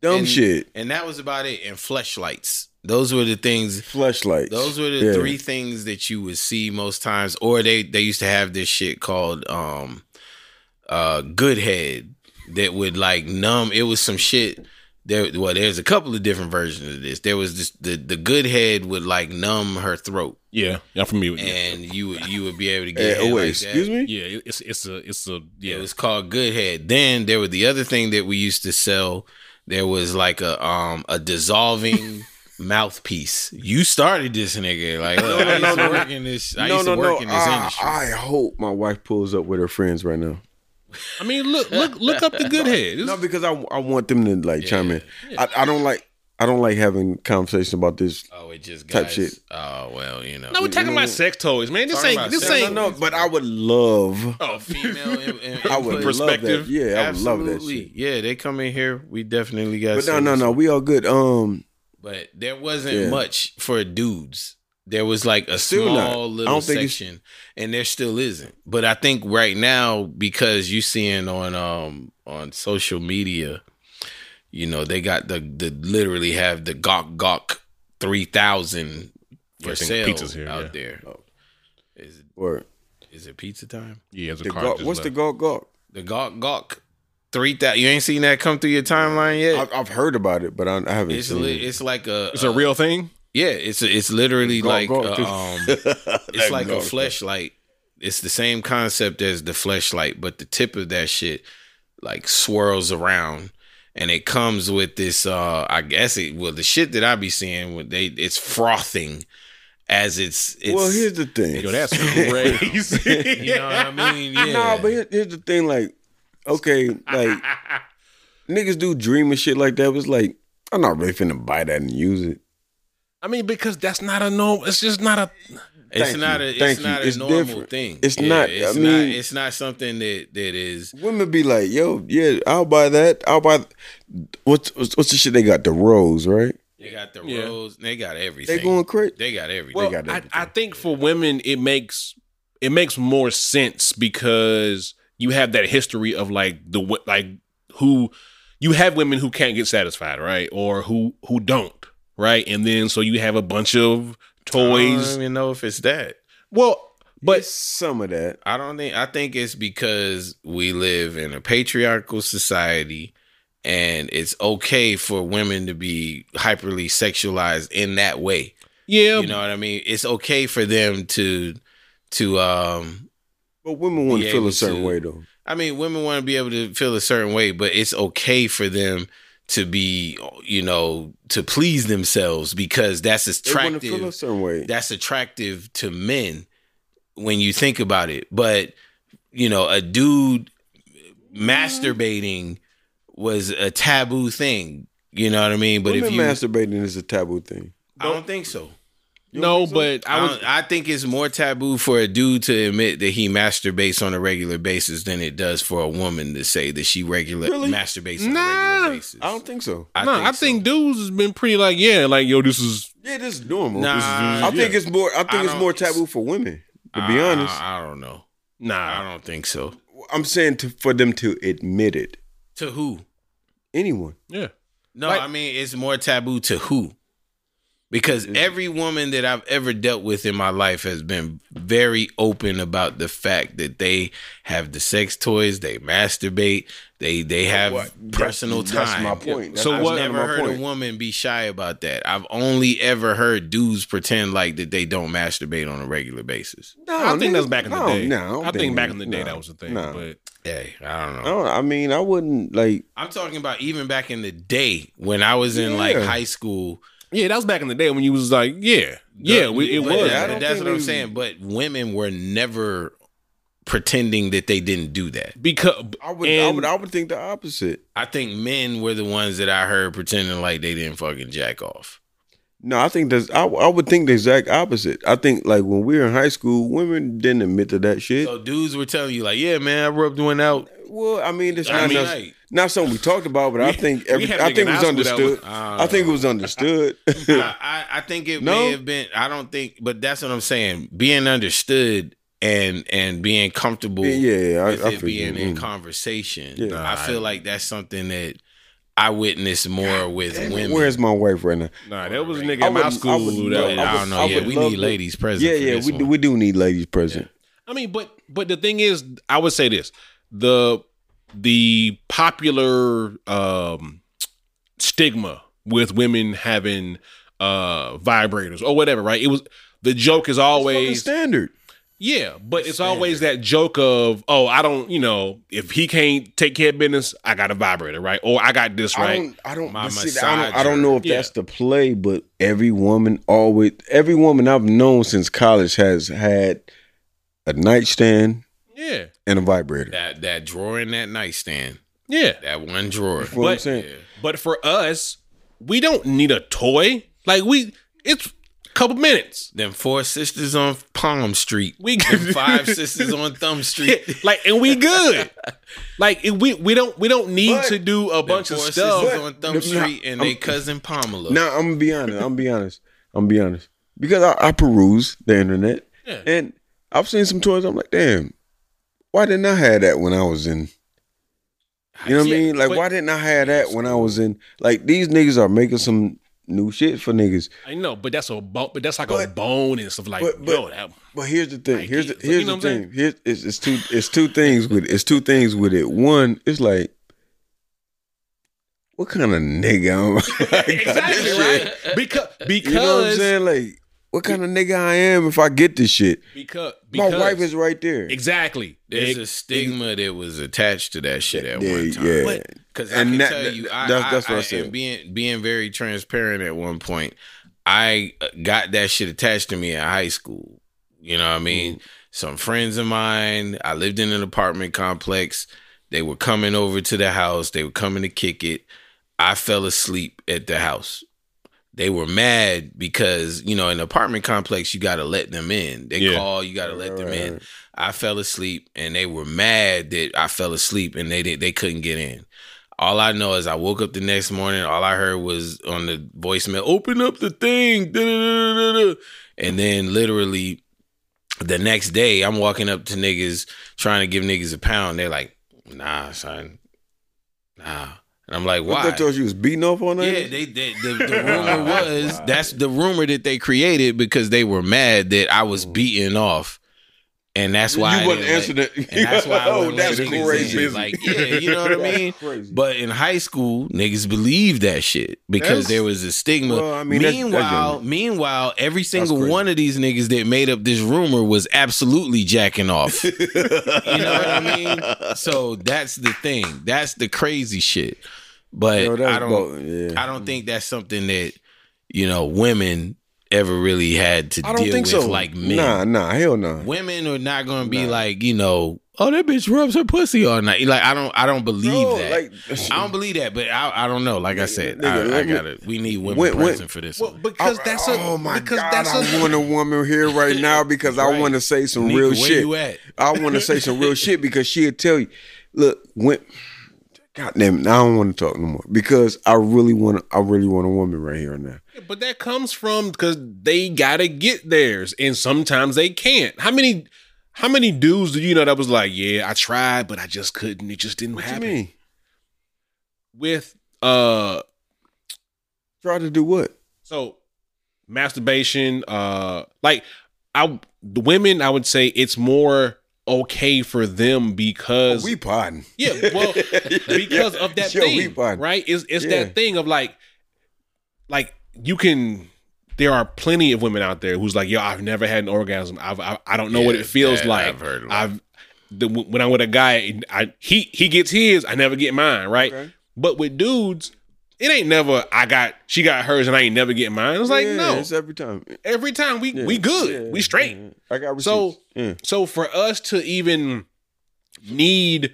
dumb
and-
shit,
and that was about it. And fleshlights. Those were the things.
flashlights.
Those were the
Yeah.
three things that you would see most times. Or they they used to have this shit called um, uh, good head that would like numb. It was some shit. There, well, there's a couple of different versions of this. There was this the the good head would like numb her throat,
Yeah. Y'all familiar with it?
and you would you would be able to
Hey,
get.
oh
head
wait,
like that.
excuse me.
Yeah. it- It's it's a it's a yeah.
It was called Good Head. Then there was the other thing that we used to sell. There was like a um a dissolving mouthpiece. You started this nigga like look, I
no,
used
no,
to
no.
work in this. I
no,
used
no,
to work
no. Ah,
in this
I,
industry.
I hope my wife pulls up with her friends right now.
I mean, look look look up the good head. It's-
No, because I, I want them to like chime in. I, I don't like I don't like having conversations about this
oh, it just
ah. Type
guys,
shit.
Oh well, you know.
no, we're talking about sex toys, man. This
Talking
ain't
about
this
sex
ain't.
No, no, but I would love.
Oh,
female in, in,
I would
input.
love
perspective.
that. Yeah, I would love that
Absolutely.
shit.
Yeah, they come in here. We definitely got.
But no, no, no, we all good. Um,
But there wasn't
Yeah.
much for dudes. There was like a
Still not.
small
I
little
don't think it's-
section, and there still isn't. But I think right now, because you seeing on um on social media, you know they got the the literally have the Gawk Gawk three thousand
Yeah, I
for
think
sale
pizza's here,
out
yeah.
there. Is it,
or
is it pizza time?
Yeah, it's a
the
car
gawk,
just
what's the
left.
gawk gawk?
The Gawk Gawk three thousand. You ain't seen that come through your timeline yet.
I've, I've heard about it, but I, I haven't
it's
seen
li-
it.
it's like a
It's a real thing.
yeah. It's it's literally
Gawk
like
Gawk,
uh,
too.
um.
That
it's like a
gawk.
fleshlight. It's the same concept as the fleshlight, but the tip of that shit like swirls around and it comes with this uh I guess it well the shit that I be seeing when they it's frothing as it's it's
Well, here's the thing.
Yo, that's crazy.
you know what I mean? Yeah.
No, but here, here's the thing. Like, okay, like niggas do dream and shit like that. It was like, I'm not really finna buy that and use it.
I mean, because that's not a no. It's just not a.
it's
Thank
not
you.
a it's
Thank you.
not
It's
a normal
different.
thing.
It's not-
it's
I
not
mean-
it's not something that that is
Women be like, yo, yeah, I'll buy that. I'll buy. What's what's, what's the shit they got? The rose, right?
they got the
Yeah.
rose, they got everything.
They going crazy.
They got everything.
Well,
got
I,
everything.
I think for women, it makes it makes more sense because you have that history of like the wo- like who you have women who can't get satisfied, right, or who who don't, right, and then so you have a bunch of
I don't
toys.
even know if it's that.
well,
But
but
some of that.
I don't think I think it's because we live in a patriarchal society and it's okay for women to be hyperly sexualized in that way.
yeah,
You know what I mean? It's okay for them to to um
But women want
Be
to feel
able
a certain
to-
way though.
I mean women want to be able to feel a certain way, but it's okay for them to be you know to please themselves because that's
They want to
attractive
feel a certain way.
that's attractive to men when you think about it. But you know, a dude masturbating was a taboo thing. You know what I mean? But
Women
if you,
masturbating is a taboo thing.
I don't think so.
no, but I
I,
was
don't- I think it's more taboo for a dude to admit that he masturbates on a regular basis than it does for a woman to say that she regular
Really?
masturbates on a
Nah.
regular basis.
I don't think so.
no,
so.
I think dudes has been pretty like, yeah, like yo, this is
Yeah, this is normal.
Nah,
This is- I think it's more. I
I
think it's
don't- Ah.
more taboo for women. To be
I-
honest,
I, don't know. I
nah.
don't think so.
I'm saying to, for them to admit it.
To who?
Anyone.
Yeah,
No,
Like-
I mean it's more taboo to who? Because
Mm-hmm.
every woman that I've ever dealt with in my life has been very open about the fact that they have the sex toys, they masturbate, they they have
What?
personal
That's-
time.
That's my point. That's
So
that's
what-
kind
I've
of
never
my
heard
point.
a woman be shy about that. I've only ever heard dudes pretend like that they don't masturbate on a regular basis.
No,
I think
nigga,
that's back in the
no,
day.
No, don't
I think back in the day
no,
that was a thing.
no.
But
Hey, I don't know.
I, don't- I mean, I wouldn't like.
I'm talking about even back in the day when I was in like
Yeah.
high school.
yeah, that was back in the day when you was like, yeah, yeah, we, it
But
was.
I don't
that's
think
what I'm
they-
saying. But women were never pretending that they didn't do that.
because
I would. I
And-
would. I would think the opposite.
I think men were the ones that I heard pretending like they didn't fucking jack off.
No, I think that's. I, I would think the exact opposite. I think like when we were in high school, women didn't admit to that shit.
So dudes were telling you like, "Yeah, man, I rubbed one out."
well, I mean, it's
I
not
mean,
not,
like-
not something we talked about, but I think every,
had a
I
nigga
think
in
it was
high school that uh,
understood.
was- I don't
I think it was understood.
Um, I, I- I think it
No?
may have been. I don't think, but that's what I'm saying. Being understood and and being comfortable.
yeah, yeah, I,
with
I
it
feel you.
being in
Mm.
conversation.
Yeah.
I feel like that's something that I witness more with women.
Where's my wife right now?
Nah, that was a
I
nigga in my
would- I
school.
would
that
love-
was,
I, don't know.
I
yeah,
would
we
love
need
to-
ladies present.
Yeah,
for
yeah,
this
we
one.
do, we do need ladies present.
I mean, but but the thing is, I would say this: the the popular um stigma with women having uh vibrators or whatever, right? It was the joke is
Fucking
always
standard.
yeah, but it's always that joke of oh, I don't, you know, if he can't take care of business, I got a vibrator, right? Or I got this,
I
right?
don't. I don't.
My
but see, I don't. I don't
massager.
know if
Yeah.
that's the play, but every woman always. Every woman I've known since college has had a nightstand
Yeah,
and a vibrator.
that that drawer in that nightstand.
yeah.
That one drawer.
You know what I'm
But-
saying?
But for us, we don't need a toy. Like we, it's a couple minutes.
Them four sisters on Palm Street.
We can
Them five sisters on Thumb Street.
Yeah, like and we good. like and we we don't we don't need
But-
to do a bunch of
four
stuff.
sisters on Thumb
Nah,
Street and they
I'm-
cousin Pamela.
Now I'm gonna be honest. I'm gonna be honest. I'm gonna be honest because I, I peruse the internet
Yeah.
and I've seen some toys. I'm like, damn, why didn't I have that when I was in? You know what
Yeah,
I mean? Like,
but-
why didn't I have that when I was in? Like, these niggas are making some new shit for niggas.
I know, but that's a bo- but that's like a
But-
bonus of like
but- but-
yo, that,
But here's the thing.
Like,
Here's the
you- you
here's
know
the
what I'm
thing. Here's it's, it's two it's two things with it's two things with it. One, it's like, what kind of nigga? am I? I got this
exactly
shit.
right because because
You know what I'm saying? Like, what kind of nigga I am if I get this shit?
because because
My wife is right there.
exactly
There's
Ex-
a stigma that was attached to that shit at
Yeah,
one time.
yeah.
But- Cause I
And
can
that-
tell you, I,
that's-
I-
that's what I
I-
said.
and being being very transparent at one point, I uh, got that shit attached to me in high school. You know what I mean?
Mm-hmm.
Some friends of mine, I lived in an apartment complex. They were coming over to the house. They were coming to kick it. I fell asleep at the house. They were mad because, you know, in an apartment complex, you got to let them in. They
Yeah.
call, you got to let them
Right,
in.
right.
I fell asleep and they were mad that I fell asleep and they did, they couldn't get in. All I know is I woke up the next morning. All I heard was on the voicemail, "Open up the thing," da-da-da-da-da." and then literally the next day, I'm walking up to niggas trying to give niggas a pound. They're like, "Nah, son, nah," and I'm like,
What I
"Why?"
thought you was beating off on that?
Yeah, they, they the, the rumor was that's the rumor that they created because they were mad that I was beaten off, and that's why I
Mm. you wouldn't
didn't let-
answer that.
and that's why I
oh,
wouldn't let
that's
niggas
crazy.
in. Like, yeah, you know what I
That's
mean.
crazy.
But in high school, niggas believed that shit because
That's-
there was a stigma.
Well, I mean, that's- that's
meanwhile,
young.
meanwhile, every single
crazy.
one of these niggas that made up this rumor was absolutely jacking off. you know what I mean? So that's the thing. That's the crazy shit. But
Yo, that's
I don't.
bo- yeah.
I don't think that's something that you know women ever really had to
I
deal
don't think
with
so.
like men.
Nah, nah, hell no.
Women are not going to be like you know oh that bitch rubs her pussy all night. Like I don't I don't believe
Bro,
that.
like-
I don't believe that, but I, I don't know. Like I said,
nigga,
I, I
let me-
got it. We need women
When- when-
present for this.
Well,
one.
because that's a
oh my
because
god!
that's
I
a
want a woman here right now because I
Right.
want to say some
Nika,
real
where
shit.
you at?
I want to say some real shit because she'll tell you, look, when God damn it, I don't want to talk no more because I really want I really want a woman right here and now.
But that comes from because they gotta get theirs, and sometimes they can't. How many, how many dudes do you know that was like, yeah, I tried, but I just couldn't. It just didn't
What
happen.
you mean?
With uh,
Try to do what?
so masturbation, uh, like I, the women, I would say it's more okay for them
Oh,
because
we potting.
Yeah, well, because of that
Yo, we
thing,
fine.
right? It's it's
Yeah.
that thing of like, like you can. There are plenty of women out there who's like, "Yo, I've never had an orgasm. I've, I I don't know what
Yeah,
it feels
that
like.
I've heard a lot.
I've the, when I'm with a guy, I he he gets his, I never get mine, right?
Okay.
But with dudes, it ain't never. I got she got hers, and I ain't never getting mine. It's like
Yeah,
no,
it's every time.
every time we
Yeah,
we good,
yeah,
we straight.
yeah. I got receipts.
So-
yeah.
So for us to even need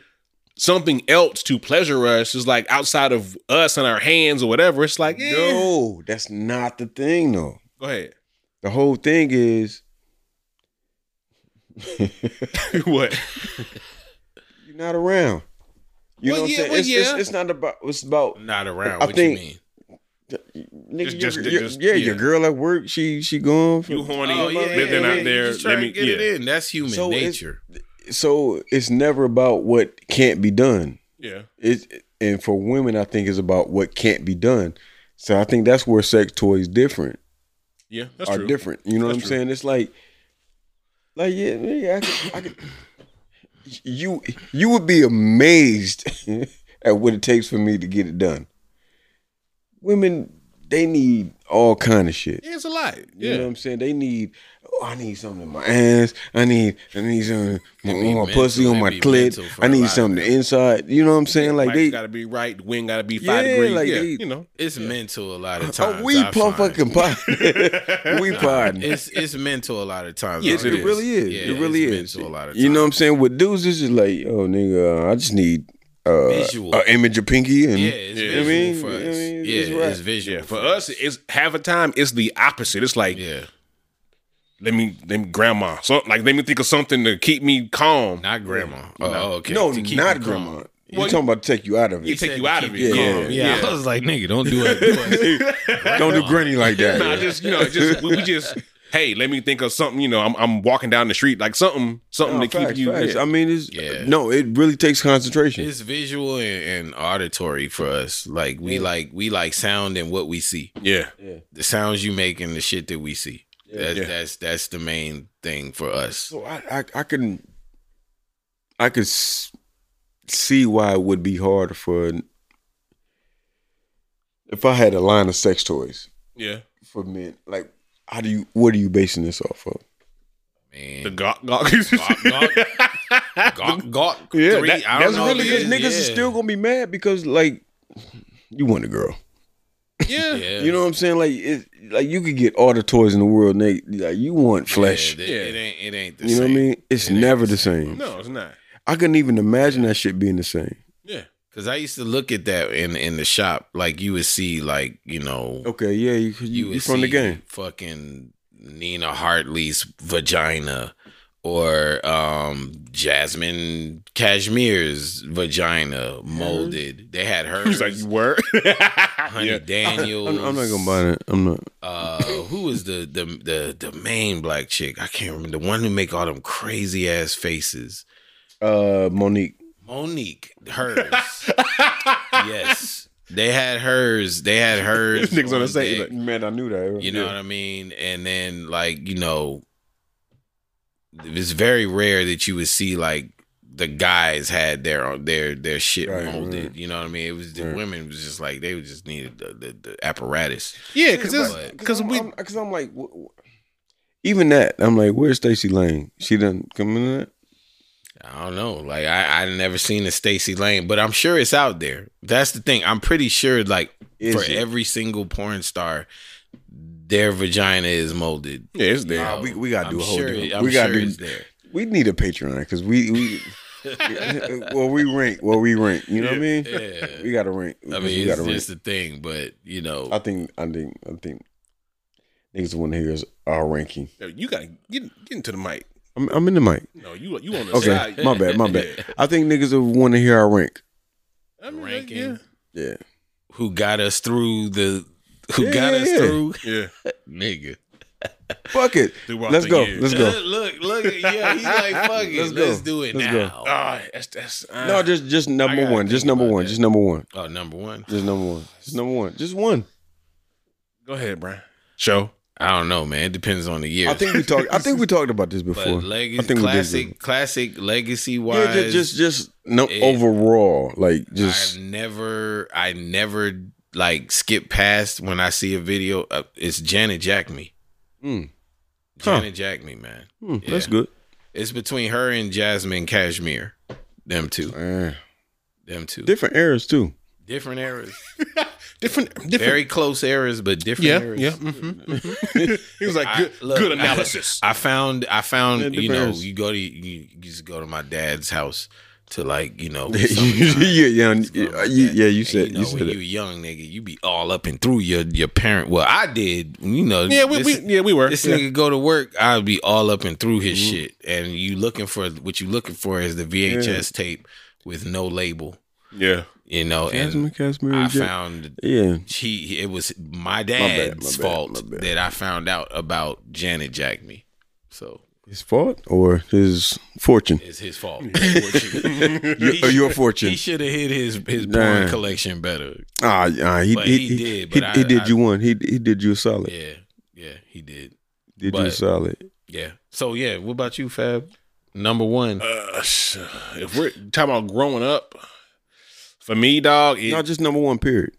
something else to pleasure us is like outside of us and our hands or whatever. It's like, eh.
no, that's not the thing though.
Go ahead.
The whole thing is
what?
you're not around. You
Well,
know what
yeah,
I'm saying?
well,
it's, it's-
yeah.
it's not about it's about
not around.
I
what
think-
you mean?
Nigga,
Just-
your-
just-
your-
just-
yeah, your
yeah.
girl at work, she she gone. For,
You horny?
Oh, yeah, yeah,
living
yeah,
out
yeah.
there?
Just trying
Let me.
to get
yeah.
it in. That's human
So it's-
nature.
so it's never about what can't be done.
Yeah.
It's and for women, I think it's about what can't be done. So I think that's where sex toys different
Yeah. That's
are
true.
different. You know what I'm
That's true.
saying? It's like, like yeah, yeah I could, I could, you you would be amazed at what it takes for me to get it done. Women, they need all kind of shit.
Yeah, it's a lot.
You
Yeah.
know what I'm saying? They need. Oh, I need something in my ass. I need. I need something on my
be mental.
pussy, on
It
my
be
clit.
mental for
I
a
need
lot of
something inside. You know what I'm saying? Like
Like
they.
got to be right. The wind got to be five
Yeah,
degrees.
like
yeah.
they-
you know.
It's mental a lot of times.
Oh, we
I find.
fucking pod. we pod.
It's it's mental a lot of times.
Yes,
it,
it is.
really is.
Yeah,
it really
it's
is.
Mental a lot of times.
you know what I'm saying? With dudes, it's just like, oh nigga, uh, I just need uh,
Visual.
a image of pinky and
Yeah, it's
Yeah.
visual
I mean,
for
I
us.
mean,
yeah,
it's right.
it's visual
Yeah. For us, it's half a time. It's the opposite. It's like
Yeah,
let me let me grandma. So like let me think of something to keep me calm.
not grandma. Oh, oh, okay.
no,
To keep
not
you
grandma.
calm.
You're talking about to take you out of
It
it.
take
Said
you
to
out of
keep
it.
you
Yeah.
calm.
Yeah.
I was like, nigga, don't do it. Do it.
Don't do granny like that.
Nah, just you know, just we, we just hey, let me think of something. You know, I'm I'm walking down the street like something something
No,
to
facts,
keep you.
facts.
yeah.
I mean, it's
Yeah.
no. It really takes concentration.
it's visual and, and auditory for us. Like we like we like sound and what we see.
Yeah,
The sounds you make and the shit that we see. That's
Yeah.
that's that's the main thing for us.
So I, I, I can, I could s- see why it would be hard for an- if I had a line of sex toys
yeah.
for men. Like, how do you? What are you basing this off of?
The
Man.
gawk gawk. yeah,
Gawk, gawk, gawk three.
that-
I don't
that's
know if
really
Because
it
niggas is
yeah.
still gonna be mad because like you want a girl.
yeah,
Yeah.
You know what I'm saying? Like, it, like you could get all the toys in the world, Nate. Like you want flesh.
Yeah, it- It ain't it ain't the
you know
same.
what I mean? It's
ain't
never
the
the same.
No, it's not.
I couldn't even imagine that shit being the same.
Yeah,
Cause I used to look at that in in the shop, like you would see, like you know,
Okay, yeah, you you,
you
Oh, you,
would
from the
see
game.
fucking Nina Hartley's vagina, or um Jasmine Cashmere's vagina molded. They had hers.
he's like you were.
Honey
yeah.
Daniels.
I'm, I'm not gonna buy that. I'm not.
Uh, who was the the the the main black chick? I can't remember the one who make all them crazy ass faces.
Uh, Monique.
Monique, hers. yes, they had hers. They had hers.
This nigga's gonna
on
say,
deck.
like,
Man, I knew that.
You know what I mean? And then like, you know, it's very rare that you would see like the guys had their their their shit
Right,
molded.
right.
You know what I mean? It was the
Right.
women was just like they was just needed the, the, the apparatus.
Yeah, because
but-
because
I'm,
we
I'm, 'cause I'm like, wh- wh- even that. I'm like, where's Stacy Lane? She doesn't come in that.
I don't know. Like I I never seen a Stacy Lane, but I'm sure it's out there. That's the thing. I'm pretty sure like
Is
for
it?
every single porn star, their vagina is molded.
yeah, it's there.
we- we gotta
I'm
do a whole
sure
different-
it- I'm
we gotta
sure
do-
it's there.
We need a Patreon because we we well, we rank. Well, we rank. You know what I mean?
Yeah.
We got to rank.
I
we
mean,
got
it's
to rank.
just the thing, but you know,
I think. I think. I think. Niggas want to hear is our ranking.
Yo, You gotta get get into the mic.
I'm, I'm in the mic.
No, you you on the
Okay,
side.
my bad, my bad. I think niggas will want to hear our rank.
I mean, like,
ranking
Yeah,
who got us through the who
Yeah,
got
yeah,
us
yeah.
through,
Yeah, yeah.
nigga.
fuck it.
Throughout
Let's
the
go.
years.
Let's go.
look, look, at- yeah, he's like, fuck it,
Let's
let's,
go.
do it
Let's go.
now.
Ah, that's that's uh,
No, just just
I
number
gotta
one. Just
think
number
about
one.
that.
Just number one.
Oh, number one.
Just number one. Just number one. Just one.
go ahead, Brian. Show.
I don't know, man. It depends on the year.
I think we talked. I think we talked about this
but
before.
legacy,
I think we did
classic,
this.
classic legacy
Yeah,
wise.
ju- just just no
it-
overall. Like just
I never, I never like skip past when I see a video. Uh, it's Janet Jack me.
Hmm.
Mm. Huh.
Janet Jack me, man.
hmm, that's
yeah.
good.
It's between her and Jasmine Cashmere. Them two.
Eh,
Them two.
different eras too.
different eras.
Different, different.
Very close eras, but different
yeah,
eras.
yeah. mhm. he was like,
I-
good,
look,
good
I-
analysis.
I found I
Yeah,
found
different
you know
eras.
you go to you, you just go to my dad's house to like you know
yeah,
some-
yeah, yeah,
Something
you-
like that.
yeah. You
And
said
you know,
you said
when
it.
you young nigga, you be all up and through your your parent. Well, I did. You know,
yeah, we,
this,
we yeah we were.
this
yeah.
nigga go to work, I'd be all up and through
Mm-hmm.
his shit. And you looking for what you looking for is the VHS tape with no label,
yeah.
you know.
Jasmine Cashmere.
and I
and Jack-
found
Yeah,
he it was my
bad, my
dad's
bad,
fault
my bad.
that I found out about Janet Jack me. So
his fault or his fortune.
it's his fault.
Uh,
Your, or your fortune.
he should have hid his his
Nah.
porn collection better.
Ah, ah, he,
But
he,
he
he
did,
He,
but
he
I-
did
I-
you one. He he did you a solid.
Yeah, yeah, he did.
did you a
but-
solid.
Yeah. So yeah, what about you, Fab? Number one.
Uh, sh- if we're talking about growing up, for me, dog, it,
Not just number one period.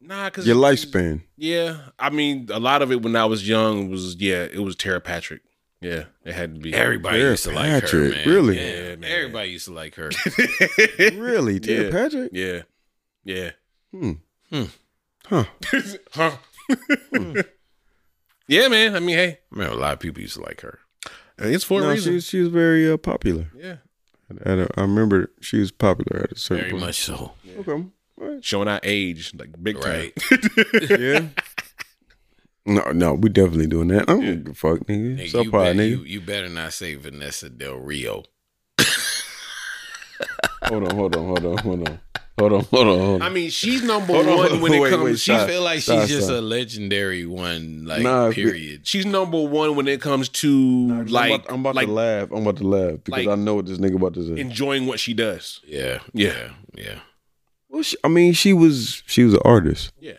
nah, cause
Your lifespan.
Yeah, I mean, a lot of it when I was young was yeah, it was Tara Patrick. Yeah, it had to be
Everybody
Tara
used to like
Patrick,
her, man.
really?
Yeah,
Yeah, man.
Everybody used to like her.
Really, Tara
Yeah.
Patrick?
yeah, yeah,
Hmm.
Hmm.
Huh.
huh? yeah, man. I mean, hey,
I mean, a lot of people used to like her.
it's for a
No, she
reason.
was- she was very uh, popular.
Yeah,
At a, I remember she was popular at a certain
Very
point.
much so.
Okay. All right.
showing our age like big time.
Right.
Yeah. no, no, we definitely doing that. I don't give a fuck, nigga.
Nigga,
so
you,
proud,
better,
nigga.
you, you better not say Vanessa Del Rio.
Hold on, hold on, hold on, hold on, hold on, hold on. Hold
I
on.
mean, she's number
Hold on,
one when it
wait,
comes.
wait,
She
Stop,
feel like
stop,
she's just
stop.
a legendary one, like
Nah, if it-
period.
She's number one when it comes to like
I'm about, I'm about
like
to laugh. I'm about to laugh because
like-
I know what this nigga about to say.
enjoying what she does.
Yeah,
Yeah.
yeah, yeah.
Well, she, I mean, she was she was an artist.
Yeah,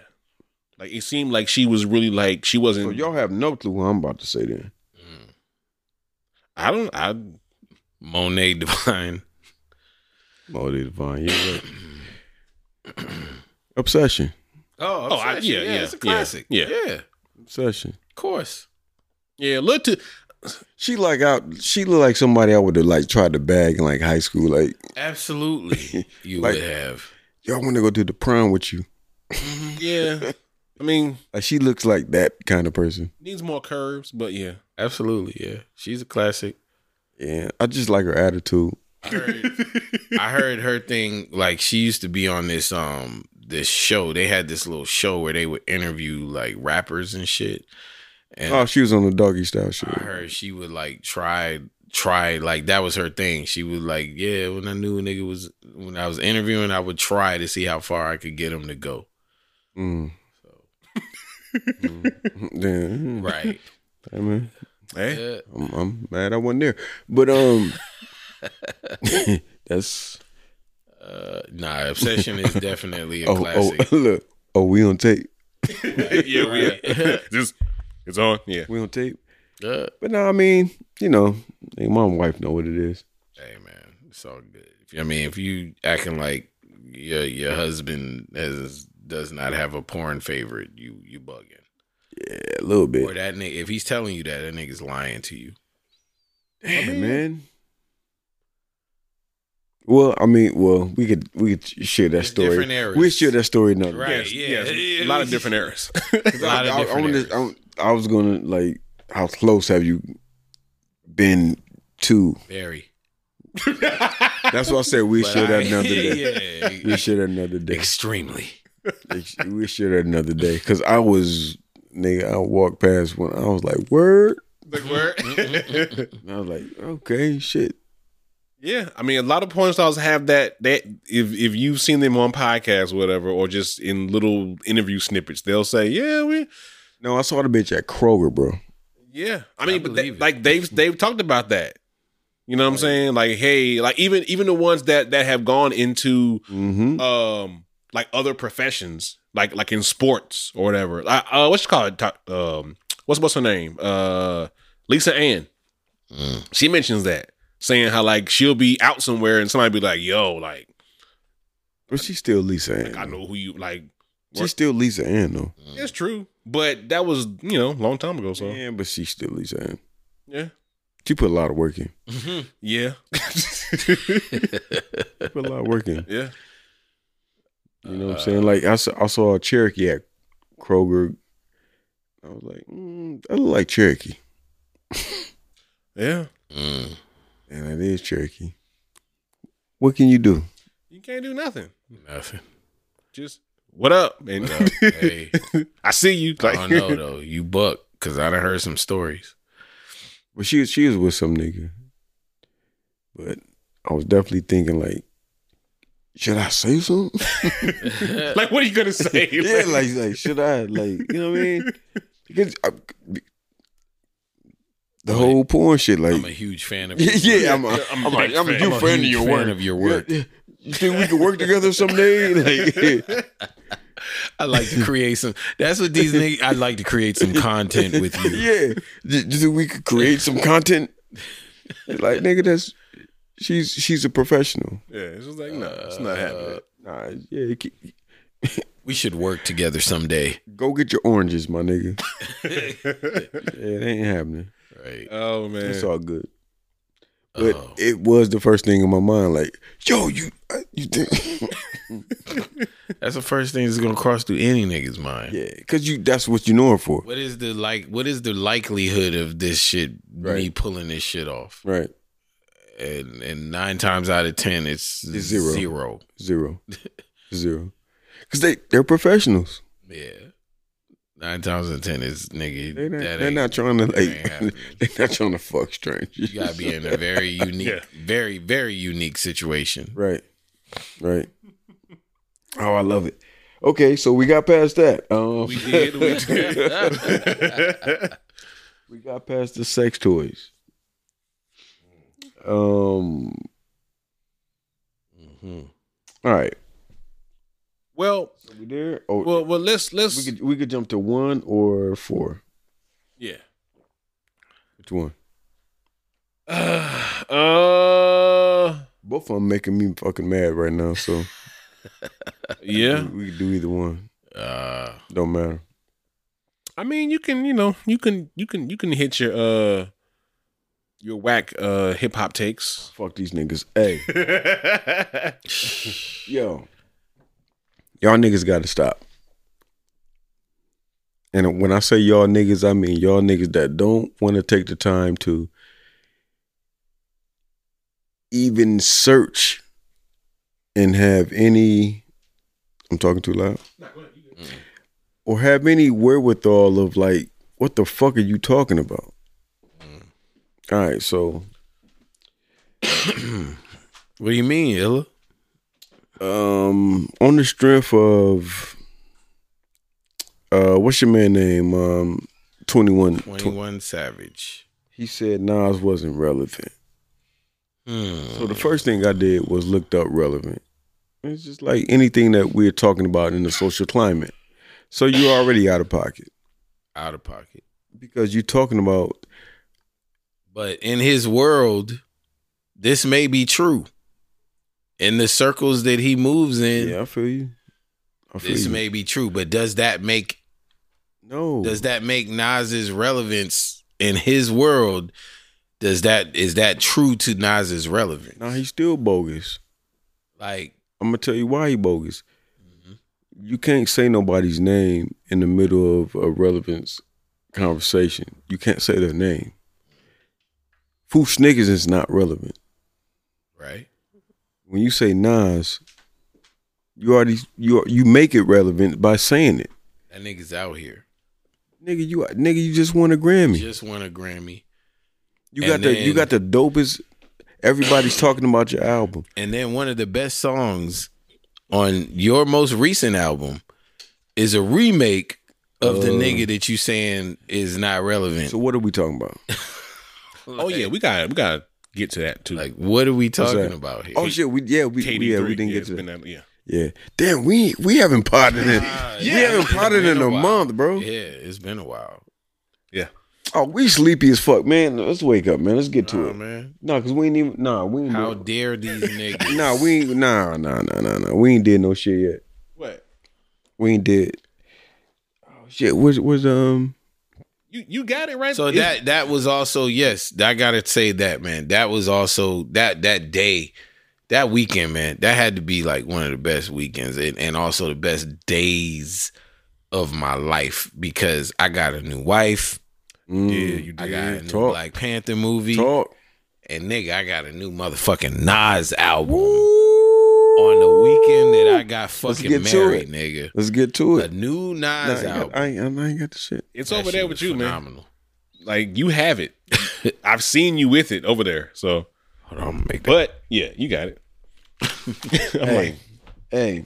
like it seemed like she was really like she wasn't.
So y'all have no clue what I'm about to say. Then
I don't. I
Monet Divine.
oh, they divine. You're right. Obsession,
Oh,
Oh, I-
Obsession.
yeah, yeah,
It's a
yeah,
classic.
yeah.
yeah.
obsession.
Of course.
yeah. Look to
She like out. She look like somebody I would have like tried to bag in like high school. Like
Absolutely. You
Like-
would have.
y'all want to go to the prom with you?
yeah. I mean,
Like she looks like that kind of person.
needs more curves, but yeah.
Absolutely, yeah. She's a classic.
Yeah, I just like her attitude.
I heard, I heard her thing like she used to be on this um this show. They had this little show where they would interview like rappers and shit. And
Oh, she was on the doggy style shit.
I heard she would like try try like that was her thing. She was like, yeah, when I knew a nigga was when I was interviewing, I would try to see how far I could get him to go.
Mm.
So
Damn.
right,
I mean, Eh?
Hey,
yeah.
I'm, I'm mad I wasn't there, but um, that's
Uh, nah, obsession is definitely a
oh
classic.
oh look oh we on tape
yeah, we just it's on. Yeah,
we on tape.
Yeah.
But no, I mean, you know, nigga, my wife know what it is.
Hey man, it's all good. If, I mean, if you acting like your your husband has does not have a porn favorite, you you bugging.
Yeah, a little
Or
bit.
that nigga, if he's telling you that, that nigga's lying to you.
Damn, man. Well, I mean, well, we could we could share that
It's
story.
different eras.
We share that story another day.
Right, yeah.
a lot of different eras.
A lot of
I, I- I
different
wanna-
eras.
I'm- I was gonna like, how close have you been to?
Very.
That's why I said we
But
should
I-
have another day.
yeah,
We should have another day.
extremely.
We should have another day. Cause I was nigga, I walked past when I was like, word.
Like where?
And I was like, okay, shit.
yeah, I mean, a lot of porn stars have that. That if if you've seen them on podcasts, or whatever, or just in little interview snippets, they'll say, "Yeah, we."
No, I saw the bitch at Kroger, bro.
Yeah, I
I
mean, but they,
believe it.
like they've they've talked about that. You know what I'm saying? Like, hey, like even even the ones that that have gone into
Mm-hmm.
um like other professions, like like in sports or whatever. Like, uh, what's she called? Ta- Um, what's what's her name? Uh, Lisa Ann.
Mm.
She mentions that saying how like she'll be out somewhere and somebody be like, "Yo, like,
But she's still Lisa Ann.
like
Mm.
I know who you like."
She's still Lisa Ann though.
It's true, but that was you know a long time ago. So
Yeah, but she's still Lisa Ann.
yeah,
She put a lot of work in.
yeah,
Mm-hmm.
She put a lot of work in.
yeah.
You know what I'm saying? Like I saw, I saw a Cherokee at Kroger. I was like, mm, I look like Cherokee,
Yeah,
Mm.
and it is Cherokee. What can you do?
you can't do nothing.
Nothing.
Just what up, and
But, uh, hey,
I see you.
I don't know though. You buck because I done heard some stories.
But she she was with some nigga. But I was definitely thinking like, should I say something?
like, what are you gonna say?
yeah, like like should I like you know what I mean? Because I, the whole porn shit like.
I'm a huge fan of.
yeah,
your work.
yeah, I'm a, I'm
I'm a
a, I'm a,
big
I'm a
fan.
huge
I'm
fan of your
huge
a
fan
work.
of your work.
Yeah, yeah. You think we could work together someday? Like, yeah.
I like to create some. That's what these niggas. I like to create some content with you.
yeah. Do you think we could create some content? Like, nigga, that's she's she's a professional.
yeah, it's just like no, it's not happening.
Nah, yeah, ke-
We should work together someday.
go get your oranges, my nigga. yeah, it ain't happening.
Right.
Oh man,
It's all good. Uh, But
Oh.
it was the first thing in my mind. Like, yo, you uh, you think?
That's the first thing that's gonna cross through any nigga's mind.
yeah, cause you that's what you know her for,
What is the like? What is the likelihood of this shit me
Right.
pulling this shit off?
right?
And and nine times out of ten, it's,
It's zero.
Zero.
Zero, zero. Cause they they're professionals.
Yeah. Nine times out of ten is nigga.
They not,
that
they're
ain't-
not trying to
ain't
like.
happening.
They're not trying to fuck strangers.
You gotta be in a very unique,
Yeah.
very very unique situation.
Right. Right. Oh, I love it. Okay, so we got past that. Um,
we
we,
did, we did.
got past the sex toys. Um.
Mm-hmm.
All right.
well,
So we there? Oh,
well, well. Let's let's
we could we could jump to one or four.
yeah.
Which one?
Uh, uh,
Both of them making me fucking mad right now. So
yeah.
we, we could do either one.
Uh,
Don't matter.
I mean, you can, you know, you can, you can, you can hit your uh your whack uh hip hop takes.
Fuck these niggas. Hey,
yeah,
yo, y'all niggas got to stop. And when I say y'all niggas, I mean y'all niggas that don't want to take the time to even search and have any. I'm talking too loud. Mm. Or have any wherewithal of like, what the fuck are you talking about? All right, so
what do you mean, Illa?
um on the strength of uh what's your man name um 21
Twenty one Savage.
he said Nas wasn't relevant
Hmm.
so the first thing I did was looked up relevant it's just like anything that we're talking about in the social climate so you're already out of pocket
Out of pocket.
because you're talking about
But in his world, this may be true. In the circles that he moves in,
yeah I feel you I feel
this
you
may be true. But does that make
no
does that make Nas's relevance in his world? Does that is that true to Nas's relevance?
now he's still bogus
like
I'm gonna tell you why he bogus. You can't say nobody's name in the middle of a relevance conversation. You can't say their name. Foo Snickers is not relevant.
right?
When you say Nas, you already you you make it relevant by saying it.
That nigga's out here.
Nigga, you nigga, you just won a Grammy.
Just won a Grammy.
You got
And
the you
then-
got the dopest. Everybody's talking about your album.
And then one of the best songs on your most recent album is a remake of the
Oh.
nigga that you saying is not relevant.
So what are we talking about?
Oh yeah, we got we got to get to that too.
Like, what are we talking
that?
about here?
Oh shit, we yeah we
KD3,
yeah we didn't get
it's
to
been
that.
that. Yeah,
Yeah, damn we we haven't potted in we haven't potted
been
in
a
a,
while.
month, bro.
Yeah, it's been a while.
Oh, we sleepy as fuck, man. Let's wake up, man. Let's get to
Oh,
Nah,
it.
man.
Nah, cause we ain't even nah we ain't
How
do-
dare these niggas?
nah we ain't nah nah nah nah nah we ain't did no shit yet.
what
We ain't did. Oh shit, was was um
you you got it right.
So
It's-
that that was also yes. I gotta say that man. That was also that that day, that weekend, man. That had to be like one of the best weekends and, and also the best days of my life because I got a new wife.
mm,
yeah, you
I got a
did.
new
Talk.
Black Panther movie,
talk.
and nigga, I got a new motherfucking Nas album on the weekend that I got fucking
get to
married,
it.
nigga.
Let's get to
A
it.
new Nas
Nah, I, ain't
album.
got, I, ain't, I ain't got the shit.
It's
That
over
shit
there with
was
you, man.
Phenomenal.
Like you have it. I've seen you with it over there. So,
Hold on, I'm gonna make that.
but yeah, you got it. I'm like,
Hey,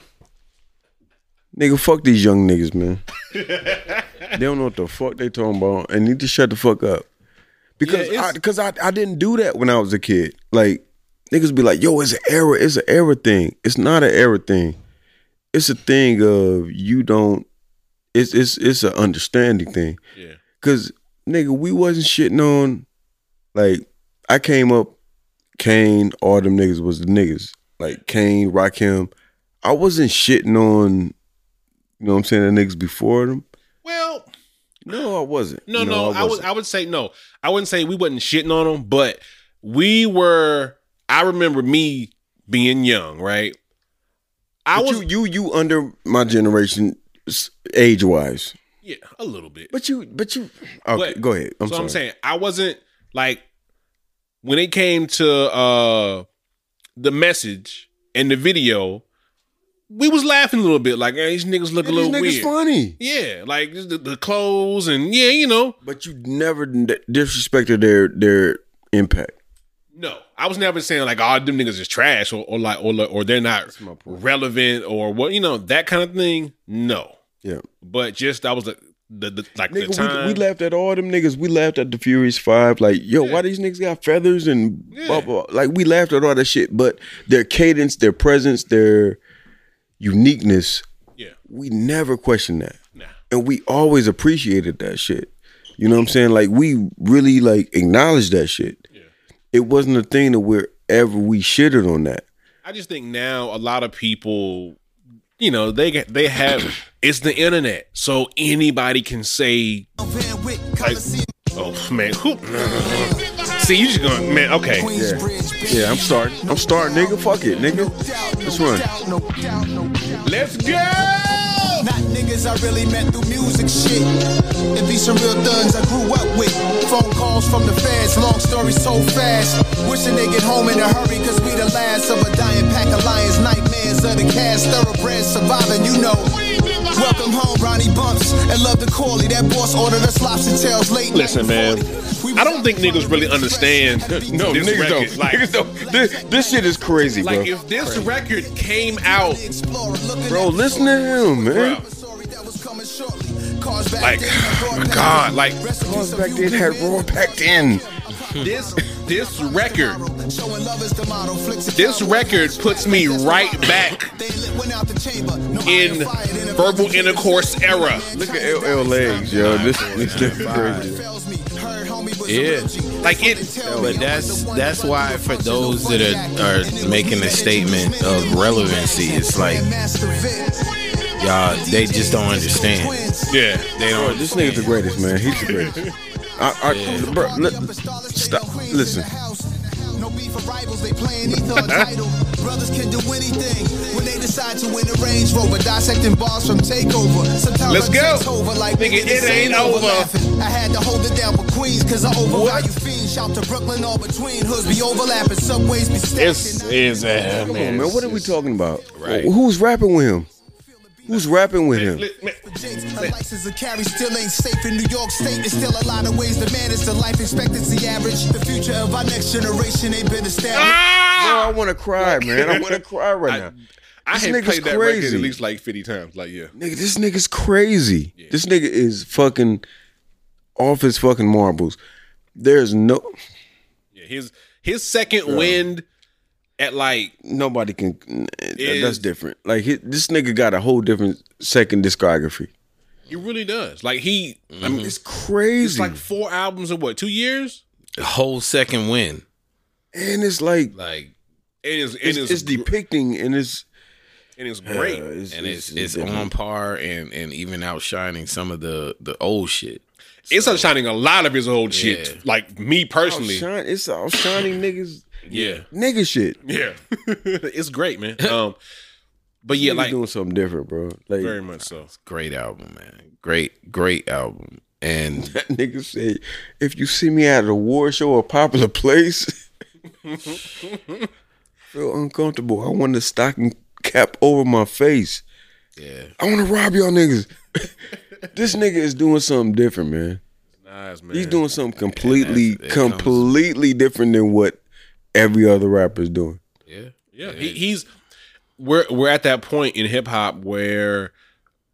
nigga, fuck these young niggas, man. they don't know what the fuck they talking about, and need to shut the fuck up. Because
Yeah, it's-
I, because I, I didn't do that when I was a kid. Like niggas be like, yo, it's an era, it's an era thing. It's not an era thing. It's a thing of you don't. It's it's it's an understanding thing.
yeah,
Cause nigga, we wasn't shitting on like I came up, Kane, all them niggas was the niggas. Like Kane, Rakim. I wasn't shitting on you know what I'm saying, the niggas before them.
well,
No, I wasn't.
No, no, I would I would say no. I wouldn't say we wasn't shitting on them, but we were. I remember me being young, right? I
But
was
you, you you under my generation age wise.
yeah, a little bit.
But you but you okay,
But-
go ahead. I'm
so
sorry.
I'm saying I wasn't like when it came to uh the message and the video, we was laughing a little bit, like hey, these niggas look a
These
little
niggas
weird.
funny.
Yeah, like just the, the clothes and yeah, you know.
But you never d- disrespected their their impact.
No, I was never saying like, "Oh, them niggas is trash," or, or like, or, or they're not
my point.
relevant, or what you know that kind of thing. No,
Yeah.
but just that was the, the, the like the
Nigga,
time.
we, we laughed at all them niggas. We laughed at the Furious Five. Like, yo,
Yeah.
why these niggas got feathers and
Yeah.
blah, blah. Like, we laughed at all that shit. But their cadence, their presence, their uniqueness,
yeah,
we never questioned that.
nah,
And we always appreciated that shit. You know what I'm saying? Like, we really, like, acknowledged that shit.
Yeah.
It wasn't a thing that we're ever we shitted on that.
I just think now a lot of people, you know, they get they have it's the internet, so anybody can say, "Oh man, who?" See, you just going, man. Okay,
Yeah, I'm starting. I'm starting, nigga. Fuck it, nigga. Let's run.
let's go.
Not niggas I really met through music shit. It be some real thugs I grew up with. Phone calls from the feds, long story so fast. Wishing they get home in a hurry, cause we the last of a dying pack of lions. Nightmares of the cast, thoroughbreds surviving, you know. Welcome home, Ronnie Bumps, and love the Corley. That boss ordered us lobster tails late.
Listen, man, I don't think niggas really understand.
No,
this
niggas
record.
don't. niggas don't. This, this shit is crazy, bro.
Like if this record came out,
Bro, listen to him, man.
Bruh.
Like,
God, like,
Cars back then had raw packed in.
this this record,
This
this record puts me right back in verbal intercourse era.
Look at LL legs, yo. This this nigga crazy.
Yeah.
Like it,
But that's that's why for those that are, are making a statement of relevancy, it's like y'all they just don't understand.
yeah.
They don't.
This nigga's the greatest, man. He's the greatest. I, I, bro, li- stop. Listen,
beef for rivals, they playing either a title. Brothers can do anything when they decide to win a Range Rover. Dissecting bars from Takeover. Sometimes
Let's
I
go.
text over like
Nigga,
nigga, this
it ain't over.
laughing. I had to hold it down for Queens cause I overvalue fiends. Shout to Brooklyn all between hoods be overlapping, subways be stacked.
It's
and I-
is uh, a
Come on, man. What are we talking about?
Right.
Wh- Who's rapping with him? Who's rapping with him?
Jinx. A license to carry still ain't safe in New York State. There's still a lot of ways to manage the life expectancy average. The future of our next generation ain't been
No,
established.
I want to cry, man. I want to cry right now.
I
This
had
nigga's
played that record
crazy.
at least like fifty times. Like yeah,
Nigga, this nigga's crazy. This nigga is fucking off his fucking marbles. There's no
yeah. His his second wind at like
nobody can. that-
Is-
that's different. Like he, this nigga got a whole different second discography.
he really does. Like he, I mean,
It's
it's,
crazy,
Mm-hmm. it's like four albums in what two years?
The whole second win.
and it's like
Like
And it's and
it's,
it's
it's depicting, and it's
and it's great.
uh,
and it's it's,
different.
on par and and even outshining some of the the old shit.
it's outshining a lot of his old
Yeah.
shit. Like me personally,
Outshine, it's outshining niggas,
yeah,
nigga shit.
yeah. it's great, man. Um, but yeah,
Niggas
like
doing something different, bro. Like
very much so.
Great album, man. Great great album. And
that nigga said, if you see me at an award show or popular place, feel uncomfortable. I want a stocking cap over my face.
yeah,
I want to rob y'all niggas. this nigga is doing something different, man.
Nice man.
He's doing something completely,
that's- it comes-
completely different than what every other rapper is doing.
yeah,
Yeah, he, he's we're we're at that point in hip hop where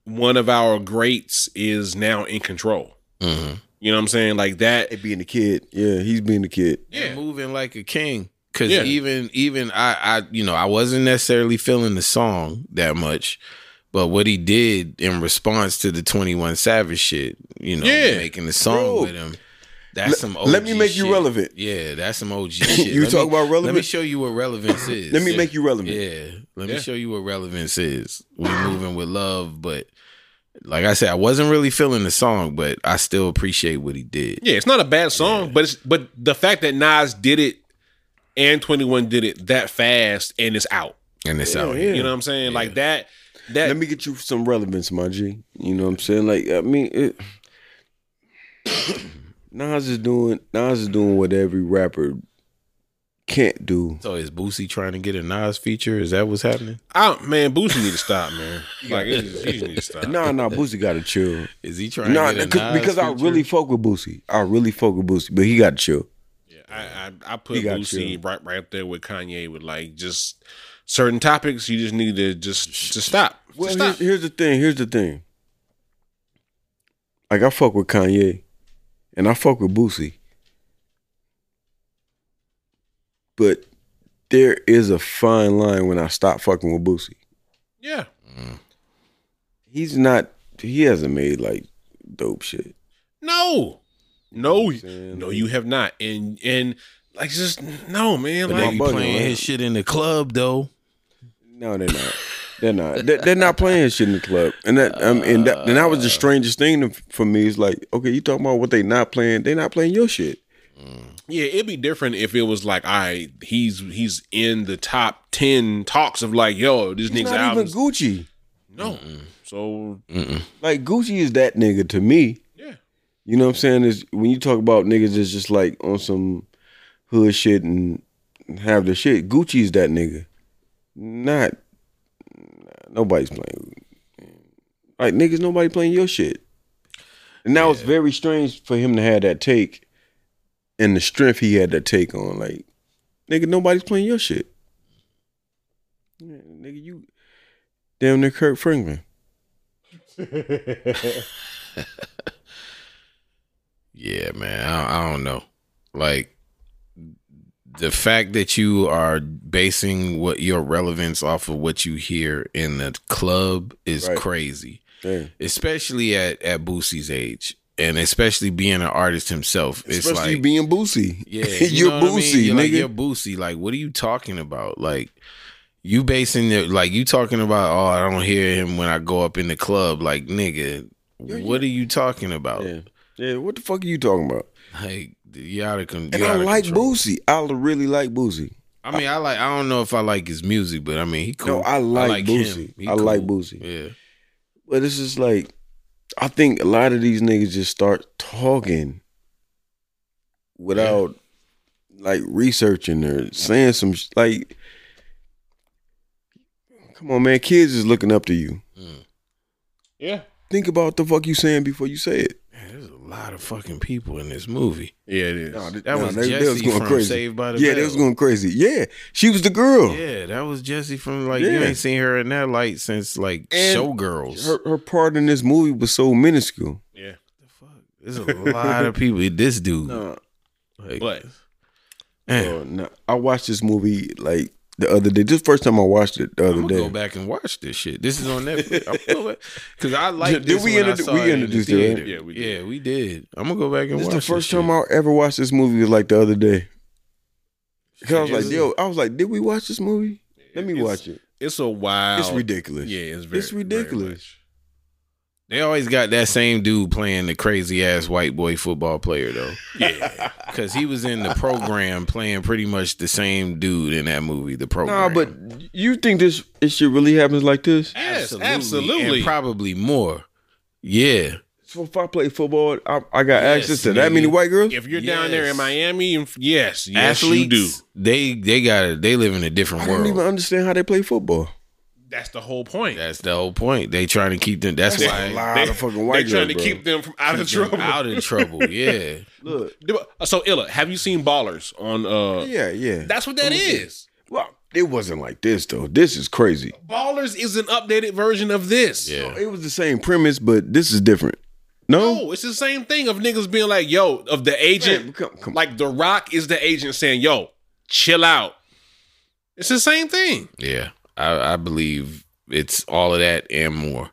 one of our greats is now in control.
hmm
You know what I'm saying? Like that.
It being the kid, yeah, he's being the kid.
and moving like a king. Cause
Yeah.
even even I I you know I wasn't necessarily feeling the song that much, but what he did in response to the Twenty One Savage shit, you know,
Yeah.
making the song
Bro.
with him. That's
Let-
some. OG
let me make you
shit.
relevant.
Yeah, that's some OG shit.
You
Let
talk
me-
about
Let me
relevant?
show you what relevance is.
Let me make you relevant.
Yeah. Let
Yeah.
me show you what relevance is. We moving with love, but like I said, I wasn't really feeling the song, but I still appreciate what he did.
Yeah, it's not a bad song, but it's but the fact that Nas did it and 21 did it that fast and it's out.
And it's out.
yeah.
here.
You know what I'm saying? Like that. That
Let me get you some relevance, my G. You know what I'm saying? Like, I mean, it, Nas is doing Nas is doing what every rapper can't do.
So is Boosie trying to get a Nas feature? Is that what's happening?
I, man, Boosie need to stop, man. Like it's just, he just need to stop.
Nah, nah, Boosie got to chill.
Is he trying
Nah,
to get a
cause,
Nas
because I
feature?
really fuck with Boosie. I really fuck with Boosie, but he got to chill.
Yeah, I, I I put
He got
Boosie
you.
right right up there with Kanye with like just certain topics you just need to just just stop. Just
Well,
stop.
here's, here's the thing. Here's the thing. Like I fuck with Kanye, and I fuck with Boosie, but there is a fine line when I stop fucking with Boosie.
yeah.
He's not. He hasn't made like dope shit.
No. No.
what I'm saying?
No, you have not. And and like just no, man.
But
like
they be
bugging,
playing
right?
his shit in the club though.
No, they're not. They're not. They're, they're not playing shit in the club, and that um, and that, and that was the strangest thing to- for me. Is like, okay, you talking about what they not playing? They not playing your shit.
yeah, it'd be different if it was like I he's he's in the top ten talks of like, yo, this
It's
nigga's
not
album.
even Gucci.
No. So
Like Gucci is that nigga to me.
yeah.
You know what I'm saying? Is when you talk about niggas that's just like on some hood shit and have the shit. Gucci is that nigga. Not nah, nobody's playing. Like niggas, nobody playing your shit. And now it's very strange for him to have that take and the strength he had that take on. Like, nigga, nobody's playing your shit. Yeah, nigga, you damn near Kirk Franklin.
Yeah, man. I, I don't know. Like the fact that you are basing what your relevance off of what you hear in the club is
Right.
crazy,
Yeah.
especially at at Boosie's age, and especially being an artist himself. it's
Especially
like
you being Boosie.
yeah, you
you're
know what I mean?
Boosie,
You're
nigga.
Like, you're Boosie. Like, what are you talking about? Like, you basing it like you talking about? Oh, I don't hear him when I go up in the club. Like, nigga, what are you talking about?
Yeah. Yeah, what the fuck are you talking about?
Like You out of con-
And
you
I
outta
like
control.
Boosie. I really like Boosie.
I mean, I like. I don't know if I like his music, but I mean, he cool.
No, I like,
him.
Boosie.
He
I like
cool.
Boosie.
Yeah.
But it's just like I think a lot of these niggas just start talking without like researching or saying some sh- like Come on man, kids is looking up to you.
Yeah.
Think about the fuck you saying before you say it.
Man, there's a lot of fucking people in this movie.
Yeah, it is.
th-
That
nah,
was
they- they
Jesse
was going
from
crazy.
Saved by the
yeah,
Bell.
they was going crazy. Yeah. She was the girl.
Yeah, that was Jesse from like you
Yeah.
ain't seen her in that light since like
And
Showgirls.
Her her part in this movie was so minuscule.
yeah.
There's a lot of people. This dude,
Nah.
like,
But
man,
Uh, nah. I watched this movie like the other day. This first time I watched it the other
I'm gonna
day.
go back and watch this shit. This is on Netflix. Because I like.
Did
this
we
when I
introdu-
saw
we
it in the
introduced it, right?
theater.
Yeah,
Yeah,
we
we
did.
did. I'm gonna go back and
This is
watch.
the first
this
time
shit.
I ever watched this movie was like the other day. Cause I was
Is
like,
it?
yo, I was like, did we watch this movie? Let me
It's-
watch it.
it's a wild.
It's ridiculous.
Yeah, it's very.
It's ridiculous.
very much.
They always got that same dude playing the crazy ass white boy football player though. Yeah, because he was in the program playing pretty much the same dude in that movie. The program.
Nah, but you think this this shit really happens like this?
Yes, absolutely.
and probably more. Yeah,
So if I play football, I, I got
Yes,
access to that
nigga.
many white girls.
if you're down there in
Yes.
Miami, and f- yes, yes,
athletes.
you do.
They they got they live in a different
I
world.
don't even understand how they play football.
That's the whole point.
That's the whole point. They trying to keep them. That's,
That's a
why
lot of fucking white
They're trying to
girls, bro.
keep them from out of
keep them
trouble. uh,
out of trouble. Yeah,
Look,
So Illa, have you seen Ballers on? uh
yeah, yeah.
That's what that is.
well, it wasn't like this though. This is crazy.
Ballers is an updated version of this.
yeah.
It was the same premise, but this is different. No,
No, it's the same thing of niggas being like, yo, of the agent,
Man, come- come-
like The Rock is the agent saying, yo, chill out. It's the same thing.
Yeah, I, I believe it's all of that and more.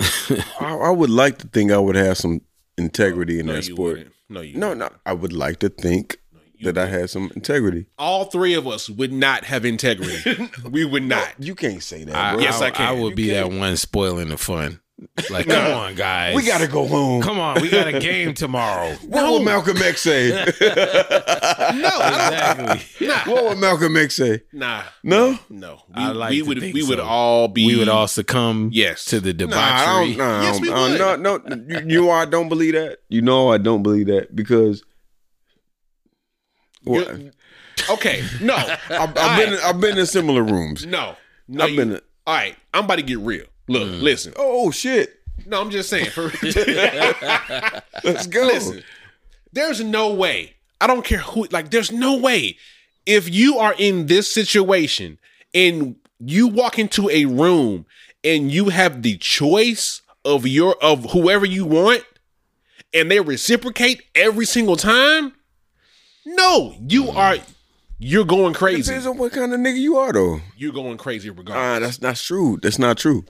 I, I would like to think I would have some integrity in
No,
that
you
sport.
wouldn't. No, you
No,
wouldn't.
no. I would like to think that I had some integrity.
All three of us would not have integrity. we would not.
You can't say that,
I,
bro.
Yes, I can.
I would be that one spoiling the fun. Like, come on, guys,
we gotta go home.
Come on, we got a game tomorrow.
What would Malcolm X say?
exactly.
what would Malcolm X say?
Nah.
No?
No. We,
I like
we
to
would
think
we would
so.
all be
we would all succumb.
Yes.
to the
Nah, I
debauchery.
don't. Nah, I
Yes,
don't-
we
uh,
would.
No, no. You, you know why I don't believe that? You know I don't believe that because. Well,
You're- Okay. No.
I, have been. In, I've been in similar rooms.
no. No.
I've
you-
been. in-
all right. I'm about to get real. Look,
Mm.
listen.
oh shit!
No, I'm just saying. For
Let's go.
Listen, there's no way. I don't care who. Like, there's no way. If you are in this situation and you walk into a room and you have the choice of your of whoever you want, and they reciprocate every single time, no, you are you're going crazy.
Depends on what kind of nigga you are, though.
You're going crazy regardless.
Ah, that's not true. That's not true.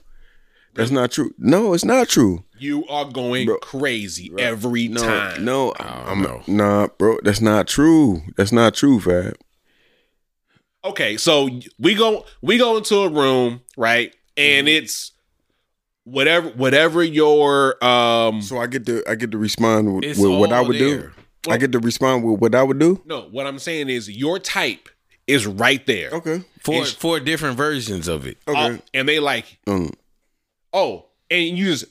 That's not true. No, it's not true.
you are going
Bro.
crazy every
No,
time.
no,
I
I'm
don't know.
nah, bro. That's not true. That's not true, Fab.
okay so we go we go into a room right and
Mm-hmm.
it's whatever whatever your um
So I get to I get to respond with,
It's
with what I
all
would do.
there.
I get to respond with what I would do.
no what i'm saying is your type is right there
Okay.
Four
It's-
four different versions of it.
Uh,
Okay.
and they like
Um,
oh and you just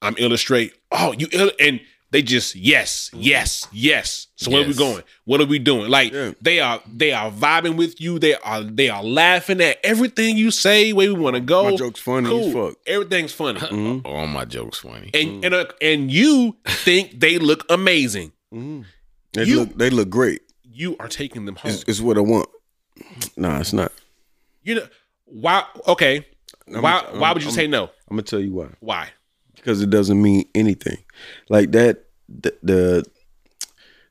i'm illustrate oh you Ill-, and they just yes
Mm-hmm.
yes yes so where we
Yes.
going what are we doing like
Yeah.
they are they are vibing with you they are they are laughing at everything you say where we want to go
My joke's funny as fuck.
everything's funny
Oh, All my jokes funny.
Mm.
and and uh, and you think they look amazing.
they
You-
look they look great.
You are taking them home.
It's, it's what I want. Nah, it's not.
you know why? Okay, why? why would you say no?
I'm gonna tell you why.
Why?
Because it doesn't mean anything. Like that. The the,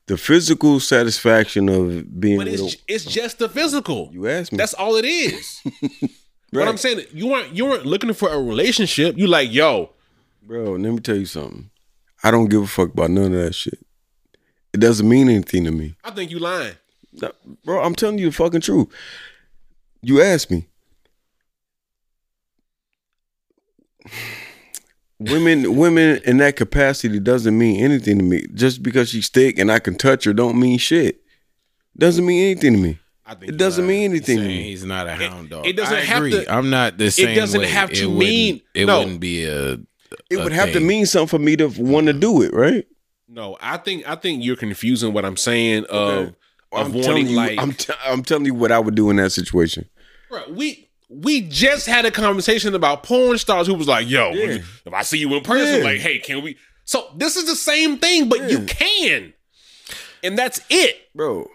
the physical satisfaction of being.
But
with
it's
a,
it's just the physical.
you asked me.
That's all it is.
right.
What I'm saying, you weren't you weren't looking for a relationship. You like, yo,
Bro, let me tell you something. I don't give a fuck about none of that shit. It doesn't mean anything to me.
I think you lying.
No, bro, I'm telling you the fucking truth. You asked me. women women in that capacity doesn't mean anything to me. Just because she's thick and I can touch her don't mean shit. Doesn't mean anything to me.
I think
It doesn't mean anything to
saying
me.
he's not a hound dog.
it doesn't
I
have
agree.
to-
I'm not the same.
doesn't
way.
have to
It wouldn't-
mean-
It
no.
wouldn't be a.
It
a
would have to
thing.
mean something for me to want to do it, right?
No, I think I think you're confusing what I'm saying of of
I'm telling
wanting
you,
like
I'm, t- I'm telling you what I would do in that situation.
Bruh, we we just had a conversation about porn stars who was like, "Yo,
Yeah.
if I see you in person,
Yeah.
like, hey, can we?" So this is the same thing, but you
Yeah.
can, and that's it.
Bro,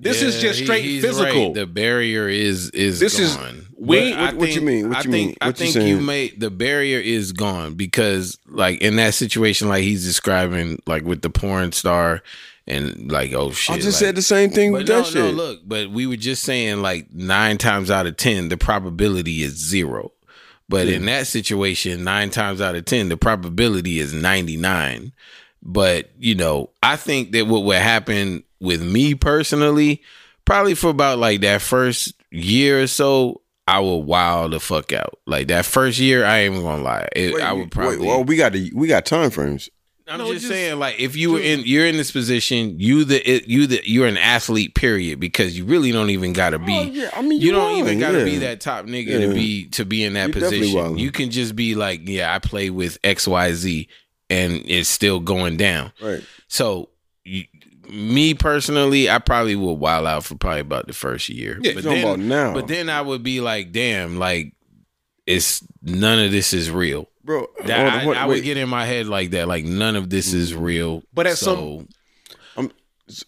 This is
Yeah,
just
he-
straight
he's
physical.
right. The barrier is is
This is-
gone.
we-
But
what-
I
what you
think-
mean? What
I
you
think,
mean?
I
What you
think you
saying?
made the barrier is gone because like in that situation, like he's describing, like with the porn star, and like oh shit,
I just
like-
said the same thing
But
with
no,
that
no,
shit.
look, but we were just saying like nine times out of ten, the probability is zero. But in that situation, nine times out of ten, the probability is ninety nine. But you know, I think that what would happen with me personally, probably for about like that first year or so, I would wow the fuck out. Like that first year, I ain't even gonna lie, It-
Wait,
I
you-
would probably.
Wait, well, Oh, we got to, we got time frames.
I'm
No,
just,
just-
saying, like, if you were in, you're in this position. You the it- you the you're an athlete, period, because you really don't even gotta be.
Oh, yeah, I mean,
You
you
don't
won,
even gotta
yeah.
be that top nigga to
Yeah.
be to be in that
You definitely
position.
wildin'.
You can just be like, yeah, I play with X Y Z, and it's still going down.
Right.
So, you, me personally, I probably would wild out for probably about the first year.
Yeah,
but
talking
then,
about now.
but then I would be like, damn, like it's none of this is real.
Bro,
That,
hold
I,
on, what-
I
wait.
would get in my head like that, like none of this is real.
But at
so,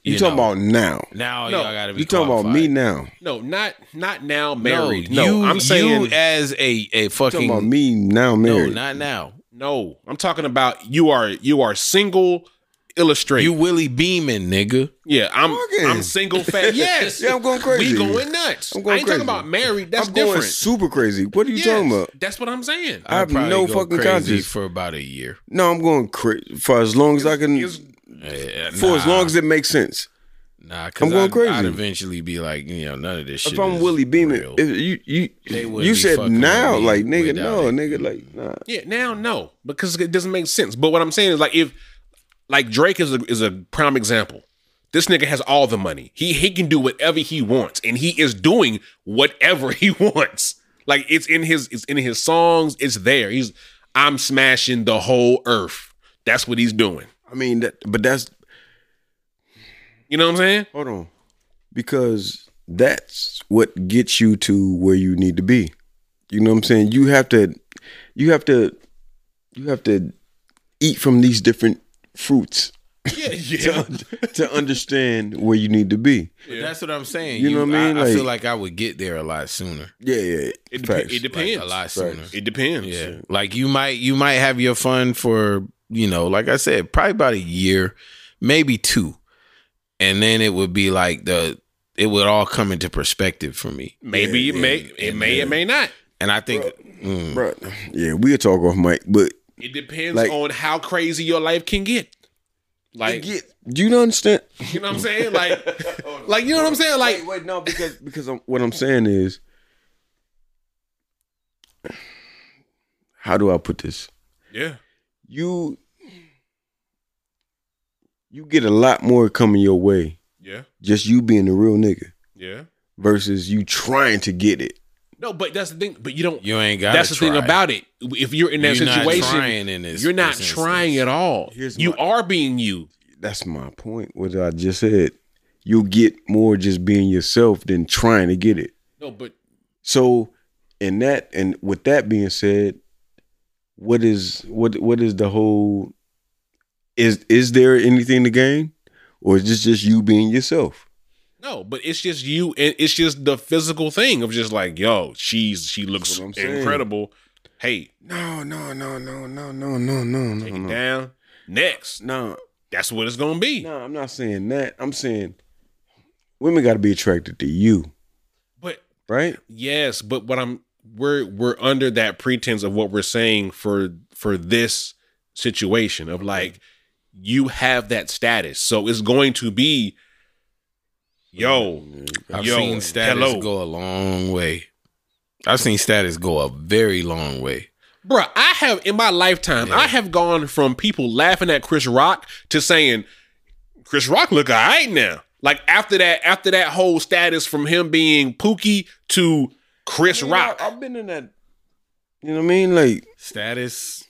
you
you
talking
know.
about now?
now
No,
y'all gotta be.
You talking about me
qualified.
now?
no, not not now
No,
married. No,
you-
I'm saying
you as a
Talking
a fucking
about me now,
no,
married?
not now.
no. I'm talking about you are you are single. Illustrate.
You Willie Beeman, nigga.
yeah, I'm
Fucking.
I'm single fat. Yes,
Yeah, I'm going crazy.
We going nuts.
I'm going
I ain't
crazy.
talking about married. That's
I'm going
different.
super crazy. What are you
Yes,
talking about?
That's what I'm saying.
I have
I'd probably
no
go
fucking
crazy
conscience.
for about a year.
No, I'm going crazy for as long as I can.
It's-
Yeah,
for as
Eh, nah,
long as it makes sense.
nah, 'cause
I'm going
I'd,
crazy.
I'd eventually be like, you know, none of this shit.
If I'm
is
Willie Beeman,
real.
if you you
They wouldn't
you
be
said
fucking
now,
with me
like nigga,
without
no,
it.
nigga, like nah.
Yeah, now no, because it doesn't make sense. But what I'm saying is like if like Drake is a, is a prime example. This nigga has all the money. He he can do whatever he wants, and he is doing whatever he wants. Like it's in his it's in his songs. It's there. He's I'm smashing the whole earth. That's what he's doing.
I mean, that, but that's
You know what I'm saying?
hold on, because that's what gets you to where you need to be. You know what I'm saying? You have to, you have to, you have to eat from these different fruits
Yeah,
to, to understand where you need to be.
But that's what I'm saying.
You know what I mean?
I, feel
Like-
like I would get there a lot sooner.
Yeah, yeah.
It, dep-
facts.
Like,
it depends.
a lot sooner.
It depends.
Yeah. Like you might you might have your fun for, you know, like I said, probably about a year, maybe two. And then it would be like the it would all come into perspective for me.
Maybe it may it may it may not.
And I think mm,
Bruh, yeah, we'll talk off mic, but
It depends
Like-
on how crazy your life can get. Like
yeah, do you understand?
You know what I'm saying? Like, like you know what I'm saying? Like,
wait, wait, no, because because I'm, what I'm saying is, how do I put this?
yeah,
You you get a lot more coming your way
yeah,
just you being a real nigga
yeah.
versus you trying to get it.
No, but that's the thing. But you don't.
you ain't got
that's the thing about it. If you're in that
You're not
situation,
trying in this-
you're not
this instance.
trying at all.
Here's
you
my-
are being you.
That's my point. What I just said, you'll get more just being yourself than trying to get it.
No, but
So, in that and with that being said, what is what what is the whole? Is is there anything to gain, or is this just you being yourself?
no, but it's just you, and it's just the physical thing of just like, yo, she's she looks
what I'm saying.
incredible. Hey,
No, no, no, no, no, no, no, no,
take
no,
it
no.
down. Next,
No,
that's what it's gonna be.
no, I'm not saying that. I'm saying women got to be attracted to you,
But
right?
Yes, but what I'm we're we're under that pretense of what we're saying for for this situation of like you have that status. So it's going to be yo,
I've
yo,
seen status
hello.
go a long way. I've seen status go a very long way.
Bruh, I have in my lifetime, I have gone from people laughing at Chris Rock to saying, Chris Rock look all right now. Like after that, after that whole status from him being Pookie to Chris Rock.
I've been in that. You know what I mean? Like
Status.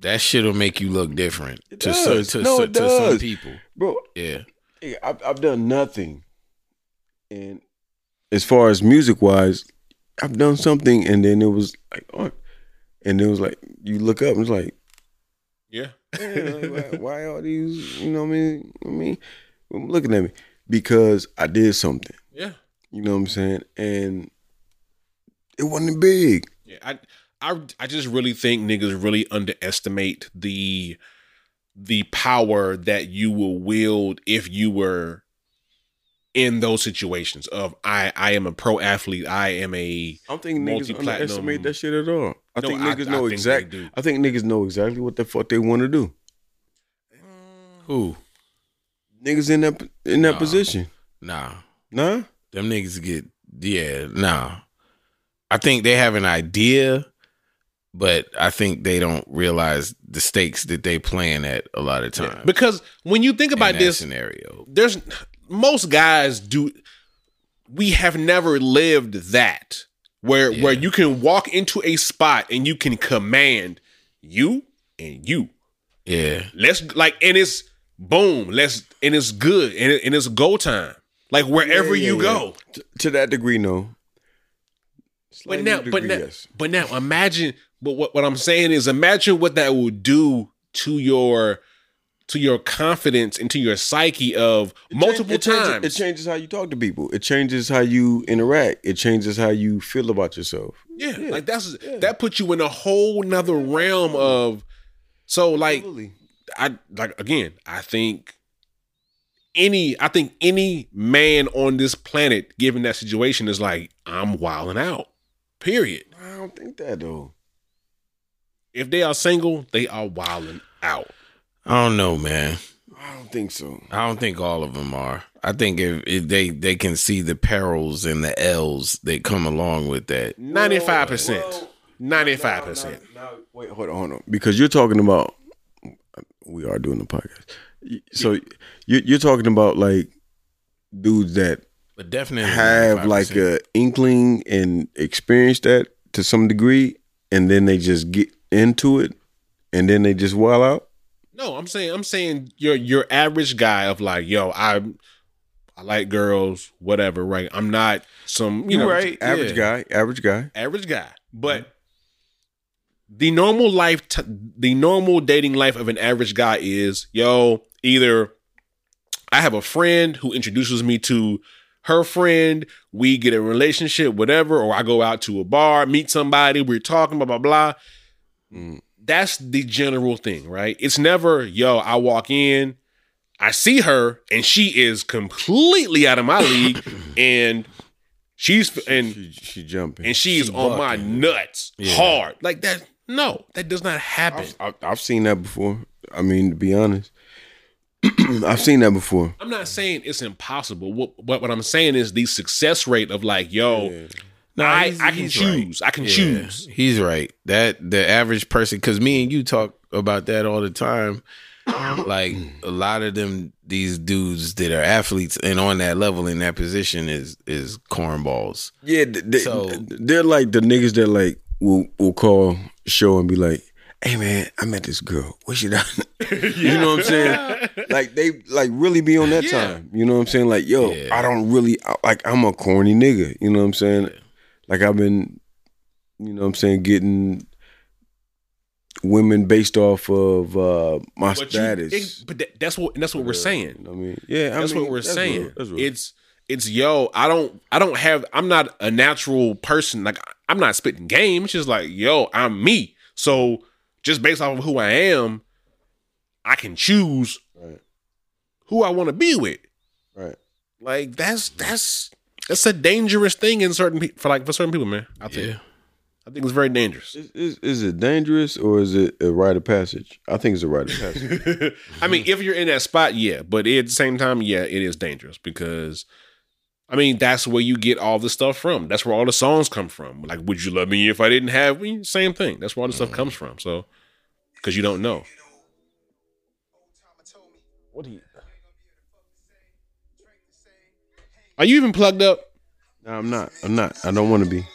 That shit'll make you look different to, some,
does.
to,
No,
some-
it
to some
does.
people.
bro,
Yeah.
Yeah, I've, I've done nothing, and as far as music wise, I've done something, and then it was like, oh, and it was like you look up and it's like,
Yeah.
man, like, why, why all these? You know what I mean? I mean, I'm looking at me because I did something.
Yeah.
You know what I'm saying? And it wasn't big.
Yeah, I, I, I just really think niggas really underestimate the, the power that you will wield if you were in those situations of I, I am a pro athlete. I am a
I don't think niggas
Multi-platinum.
underestimate that shit at all. I
No,
think
I-
niggas
I
know
think
exact.
they do.
I think niggas know exactly what the fuck they want to do.
Who?
Niggas in that in that position,
Nah.
nah.
Them niggas get yeah, nah. I think they have an idea, but I think they don't realize the stakes that they playing at a lot of times.
because when you think
in
about
that
this,
scenario.
there's most guys do we have never lived that where where you can walk into a spot and you can command you and you
Yeah.
let's like and it's boom let's and it's good and, it, and it's go time like wherever
Yeah,
you
yeah,
go
T- to that degree, no.
but
Slightly
now but
degree,
now, but now imagine but what, what i'm saying is imagine what that will do to your to your confidence and to your psyche of multiple
it
times
changes, It changes how you talk to people. It changes how you interact. It changes how you feel about yourself.
Yeah, like that's that puts you in a whole nother realm of so like I like again, I think any I think any man on this planet given that situation is like, I'm wilding out. Period.
I don't think that though.
If they are single, they are wilding out.
I don't know, man.
I don't think so.
I don't think all of them are. I think if, if they they can see the perils and the L's that come along with that.
Ninety five percent. Ninety five percent.
Wait, hold on, hold on. Because you're talking about we are doing the podcast. Y- So you're, you're talking about like dudes that
But definitely
have like a inkling and experience that to some degree, and then they just get into it, and then they just wild out.
No, I'm saying I'm saying your your average guy of like, yo, I I like girls, whatever, right? I'm not some you know
right.
Average guy, average guy.
average guy. But the normal life, t- the normal dating life of an average guy is yo. Either I have a friend who introduces me to her friend, we get a relationship, whatever, or I go out to a bar, meet somebody, we're talking, blah blah blah. Mm, That's the general thing, right? It's never yo. I walk in. I see her and she is completely out of my league, and she's and
She, she jumping.
Mm. and she is on my nuts hard like that. No, that does not happen.
I, I've seen that before. I mean, to be honest, I've seen that before.
I'm not saying it's impossible. What what, what I'm saying is the success rate of like, yo, I I can choose. I can choose.
He's right. That the average person, because me and you talk about that all the time. like a lot of them, these dudes that are athletes and on that level in that position is is cornballs.
Yeah, th- they,
So-
they're like the niggas that like will will call show and be like, "Hey man, I met this girl. What she done?" You know what I'm saying? like they like really be on that time. You know what I'm saying? Like yo,
Yeah.
I don't really I- like. I'm a corny nigga. You know what I'm saying? Like I've been, you know what I'm saying, getting women based off of uh my
But, you-
status.
it- but that, that's what and that's what we're saying.
You know what I mean, yeah, I
That's
mean,
what we're
that's
saying.
real, that's real.
It's it's yo. I don't I don't have. I'm not a natural person. Like I'm not spitting game. It's just like yo. I'm me. So just based off of who I am, I can choose
Right.
who I want to be with.
right.
Like that's that's that's a dangerous thing in certain pe- for like for certain people, man. I think
Yeah.
I think it's very dangerous.
Is, is is it dangerous or is it a rite of passage? I think it's a rite of passage.
I mean, if you're in that spot, yeah, but at the same time, yeah, it is dangerous because I mean, that's where you get all the stuff from. That's where all the songs come from. Like, would you love me if I didn't have me? Same thing. That's where all the stuff comes from. So, because you don't know. What are you? Are you even plugged up?
No, I'm not. I'm not. I don't want to be.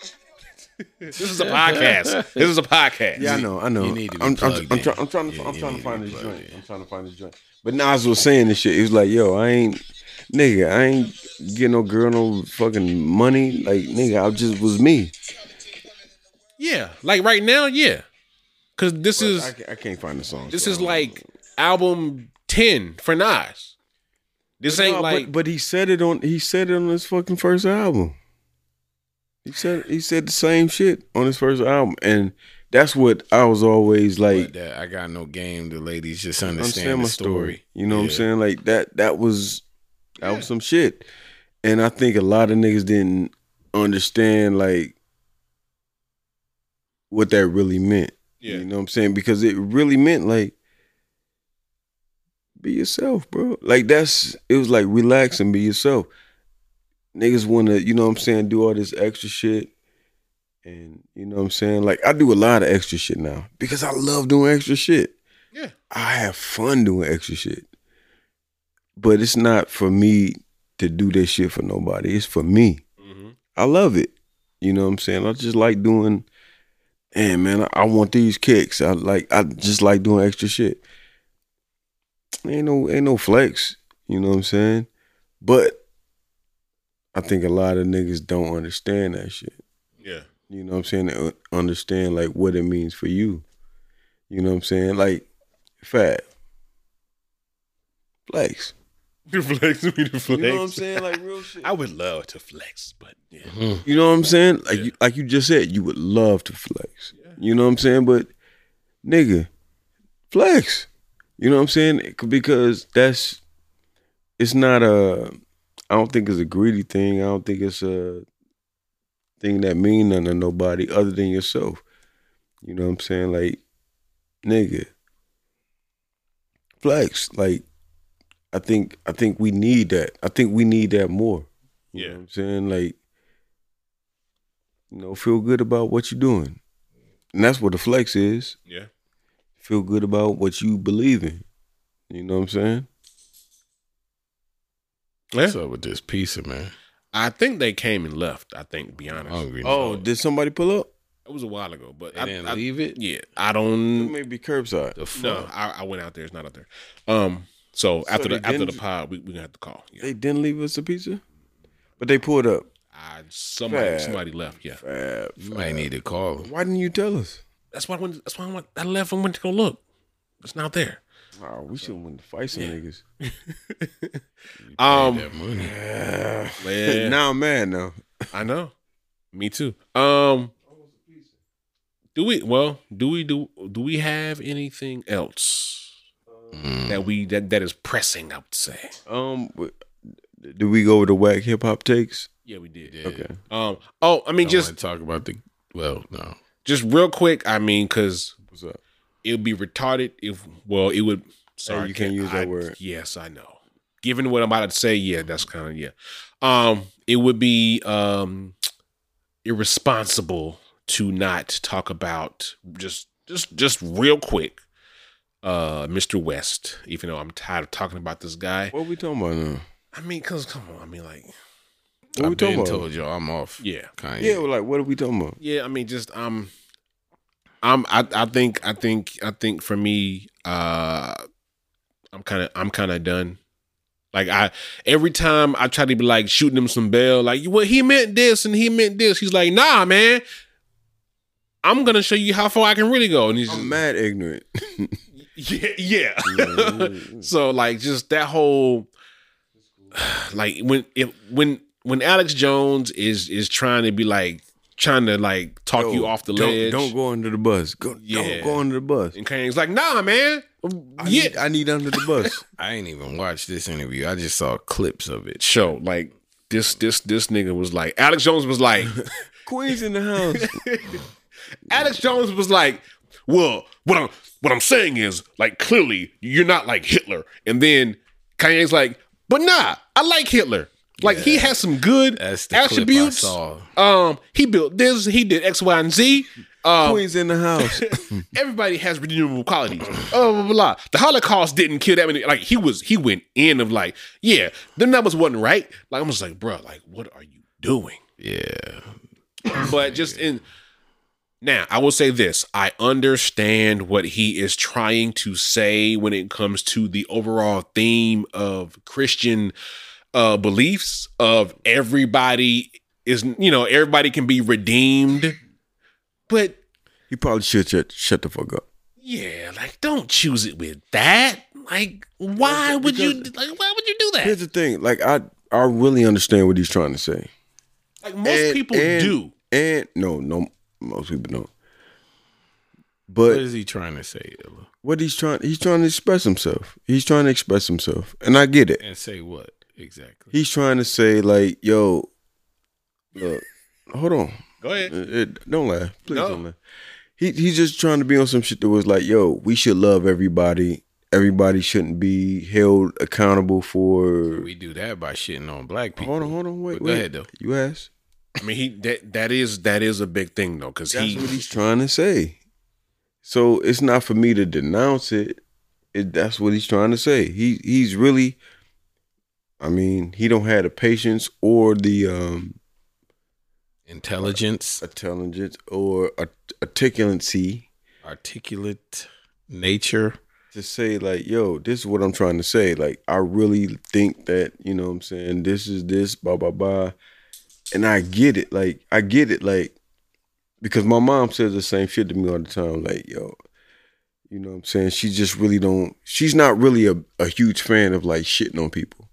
This is a podcast. this is a podcast.
Yeah, I know. I know.
you need to be
I'm, I'm,
plugged
I'm,
in.
try- I'm trying to.
Yeah,
I'm
you
trying
need
to
to
find
be
this
plugged
joint.
in.
I'm trying to find this joint. But Nas was saying this shit. He was like, "Yo, I ain't, nigga. I ain't getting no girl, no fucking money. Like, nigga, I just was me.
Yeah, like right now, yeah. Because this is
I, ca- I can't find the song.
this
so
is
I don't-
like album ten for Nas. This ain't
No,
like
but, but he said it on. He said it on his fucking first album. He said he said the same shit on his first album, and that's what I was always like.
But that I got no game. The ladies just
understand,
understand,
my
the story.
story. You know what I'm
Yeah.
saying? Like that that was that was some shit. And I think a lot of niggas didn't understand like what that really meant.
yeah.
You know what I'm saying? Because it really meant like be yourself, bro. Like that's it was like relax and be yourself. Niggas wanna, you know what I'm saying, do all this extra shit. And you know what I'm saying? Like I do a lot of extra shit now because I love doing extra shit.
Yeah.
I have fun doing extra shit. But it's not for me to do this shit for nobody. It's for me.
Mhm.
I love it. You know what I'm saying? I just like doing and man, I, I want these kicks. I like I just like doing extra shit. Ain't no ain't no flex, you know what I'm saying? But I think a lot of niggas don't understand that shit.
yeah,
You know what I'm saying? To understand like what it means for you. You know what I'm saying? Like fat. Flex.
to flex, we to flex.
You know what I'm saying? Like real shit.
I would love to flex, but yeah,
Mm-hmm.
You know what I'm saying? Like you, like you just said, you would love to flex. You know what I'm saying? But nigga, flex. You know what I'm saying? It could- Because that's it's not a I don't think it's a greedy thing. I don't think it's a thing that mean nothing to nobody other than yourself. You know what I'm saying? Like, nigga. Flex. Like, I think I think we need that. I think we need that more. You
Yeah.
know what I'm saying? Like, you know, feel good about what you're doing. And that's what the flex is.
yeah.
Feel good about what you believe in. You know what I'm saying?
Yeah.
What's up with this pizza, man?
I think they came and left. I think, to be honest,
I'm hungry.
Oh,
now.
did somebody pull up?
it was a while ago, but
they
I,
didn't
I-
leave it.
Yeah, I don't.
Maybe curbside.
The fuck?
No, I, I went out there. It's not out there. Um, so, after
they
the after the
didn't-
pod, we we gonna have to call. Yeah,
They didn't leave us a pizza, but they pulled up.
I, somebody
Fab.
somebody left. Yeah,
Uh,
You might need to call him.
why didn't you tell us?
that's why I went. That's why I went. I left and went to go look. It's not there.
Oh, we should have went to fight some niggas.
Um,
That money.
Yeah.
Yeah.
now I'm mad now.
I know. Me too. Um Do we well, do we do do we have anything else that we that that is pressing, I would say.
Um, w- do we go with the whack hip hop takes?
Yeah, we did.
Yeah.
Okay.
Um oh, I mean
I
just
want to talk about the. Well, no.
just real quick, I mean cuz
What's up?
it would be retarded if well, it would sorry,
you can't use
I-
that word.
Yes, I know. Given what I'm about to say, yeah, that's kind of yeah. Um it would be um irresponsible to not talk about just just just real quick uh Mr. West, even though I'm tired of talking about this guy.
What we talking about now?
I mean, cuz come on, I mean like
What we
I've
talking
been
about?
told y'all I'm off.
yeah.
Kanye.
Yeah, well, like what are we talking about?
Yeah, I mean, just um, I'm I I think I think I think for me, uh, I'm kind of I'm kind of done. Like I every time I try to be like shooting him some bail, like well he meant this and he meant this. He's like, nah, man. I'm gonna show you how far I can really go, and he's just,
I'm mad ignorant.
yeah, yeah.
Mm.
so like just that whole like when it when when Alex Jones is is trying to be like trying to like talk
Yo,
you off the
don't,
ledge.
Don't go under the bus. Go,
Yeah.
Don't go under the bus.
And Kanye's like, nah, man.
I
yeah.
need, I need under the bus.
I ain't even watched this interview. I just saw clips of it.
Show like this this this nigga was like Alex Jones was like
Queens in the house.
Alex Jones was like, well, what I'm what I'm saying is like clearly you're not like Hitler. And then Kanye's like, but nah, I like Hitler. Like he has some good
That's the
attributes.
clip I saw.
Um, he built this. He did X, Y, and Z. Um,
Queen's in the house.
everybody has redeemable qualities. Oh, blah, blah, blah. The Holocaust didn't kill that many. Like he was, he went in of like, yeah, them numbers wasn't right. Like I'm just like, bruh, like what are you doing?
Yeah.
but just in now i will say this i understand what he is trying to say when it comes to the overall theme of christian uh beliefs of everybody is you know everybody can be redeemed but
you probably should shut, shut the fuck up.
yeah like don't choose it with that like why would you like why would you do
Here's
that
the thing. Like I I really understand what he's trying to say.
like most people
and-
do
And no, no, most people don't.
What
But
is he trying to say? Illa?
what he's trying, he's trying to express himself. He's trying to express himself, and I get it.
And say what exactly?
He's trying to say like, yo, look, hold on,
go ahead
It- it- Uh, don't laugh, please
No.
don't laugh. He he's just trying to be on some shit that was like, yo, we should love everybody. Everybody shouldn't be held accountable for.
We do that by shitting on black people.
Hold on, hold on, wait,
But go
wait.
ahead, though.
You asked.
i mean he that that is that is a big thing though because
That's
he
what he's trying to say. So it's not for me to denounce it. it that's what he's trying to say. He he's really, I mean, he don't have the patience or the um
Intelligence,
intelligence or art- articulancy
articulate nature.
to say like, yo, this is what I'm trying to say. Like, I really think that you know what I'm saying. This is this, blah blah blah, and I get it. Like, I get it. Like, because my mom says the same shit to me all the time. Like, yo, you know what I'm saying? She just really don't she's not really a, a huge fan of like shitting on people.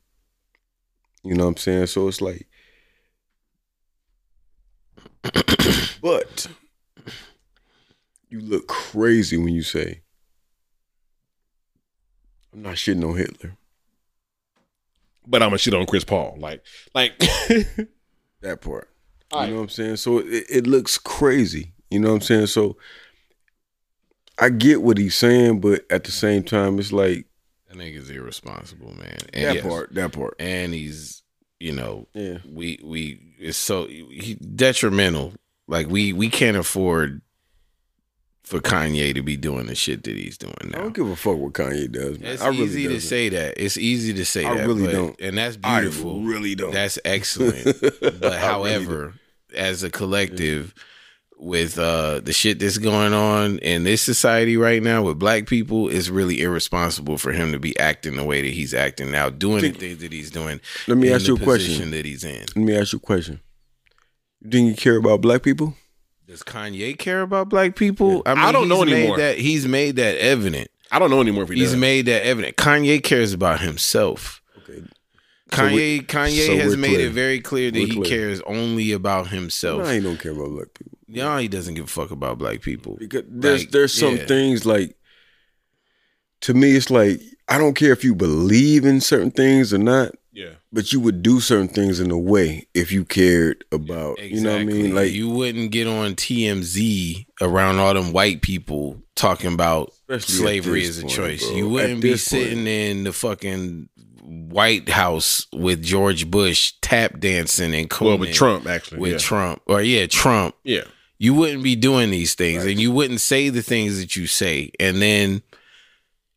You know what I'm saying? So it's like but you look crazy when you say I'm not shitting on Hitler.
but I'm gonna shit on Chris Paul. Like, like,
That part.
Alright.
You know what I'm saying? So it, it looks crazy. You know what I'm saying? So I get what he's saying, but at the same time, it's like
That nigga's irresponsible, man. And
that
yes,
part. That part.
And he's, you know,
Yeah.
we we it's so he, detrimental. Like we we can't afford for Kanye to be doing the shit that he's doing
I
now.
don't give a fuck what Kanye does, man.
It's
I really
easy to
doesn't.
say that. It's easy to say
I
that.
really
but-
don't.
And that's
I
beautiful.
really don't.
That's excellent. but however, as a collective, with uh the shit that's going on in this society right now with black people, it's really irresponsible for him to be acting the way that he's acting now, doing the things that he's doing.
Let me
in
ask
the
you a question.
position That he's in.
Let me ask you a question. You think you care about black people?
Does Kanye care about black people? I, mean,
I don't
he's
know
made
anymore.
That he's made that evident.
I don't know anymore if he
He's
does.
made that evident. Kanye cares about himself.
Okay.
Kanye Kanye
so
has
we're
made
clear.
it very clear that
We're
he
clear.
cares only about
No,
himself.
I ain't don't care about black people.
No, he doesn't give a fuck about black people.
Because there's
Like,
there's some
yeah.
things like to me it's like I don't care if you believe in certain things or not,
yeah,
but you would do certain things in a way if you cared about you know what I mean? Like
you wouldn't get on TMZ around all them white people talking about
Especially at
slavery
this
as a
point,
choice.
bro.
You
At
wouldn't be
this point.
sitting in the fucking White House with George Bush tap dancing and
well,
cool
with Trump actually,
with
yeah.
Trump or yeah Trump.
yeah,
You wouldn't be doing these things, and you wouldn't say the things that you say, and then.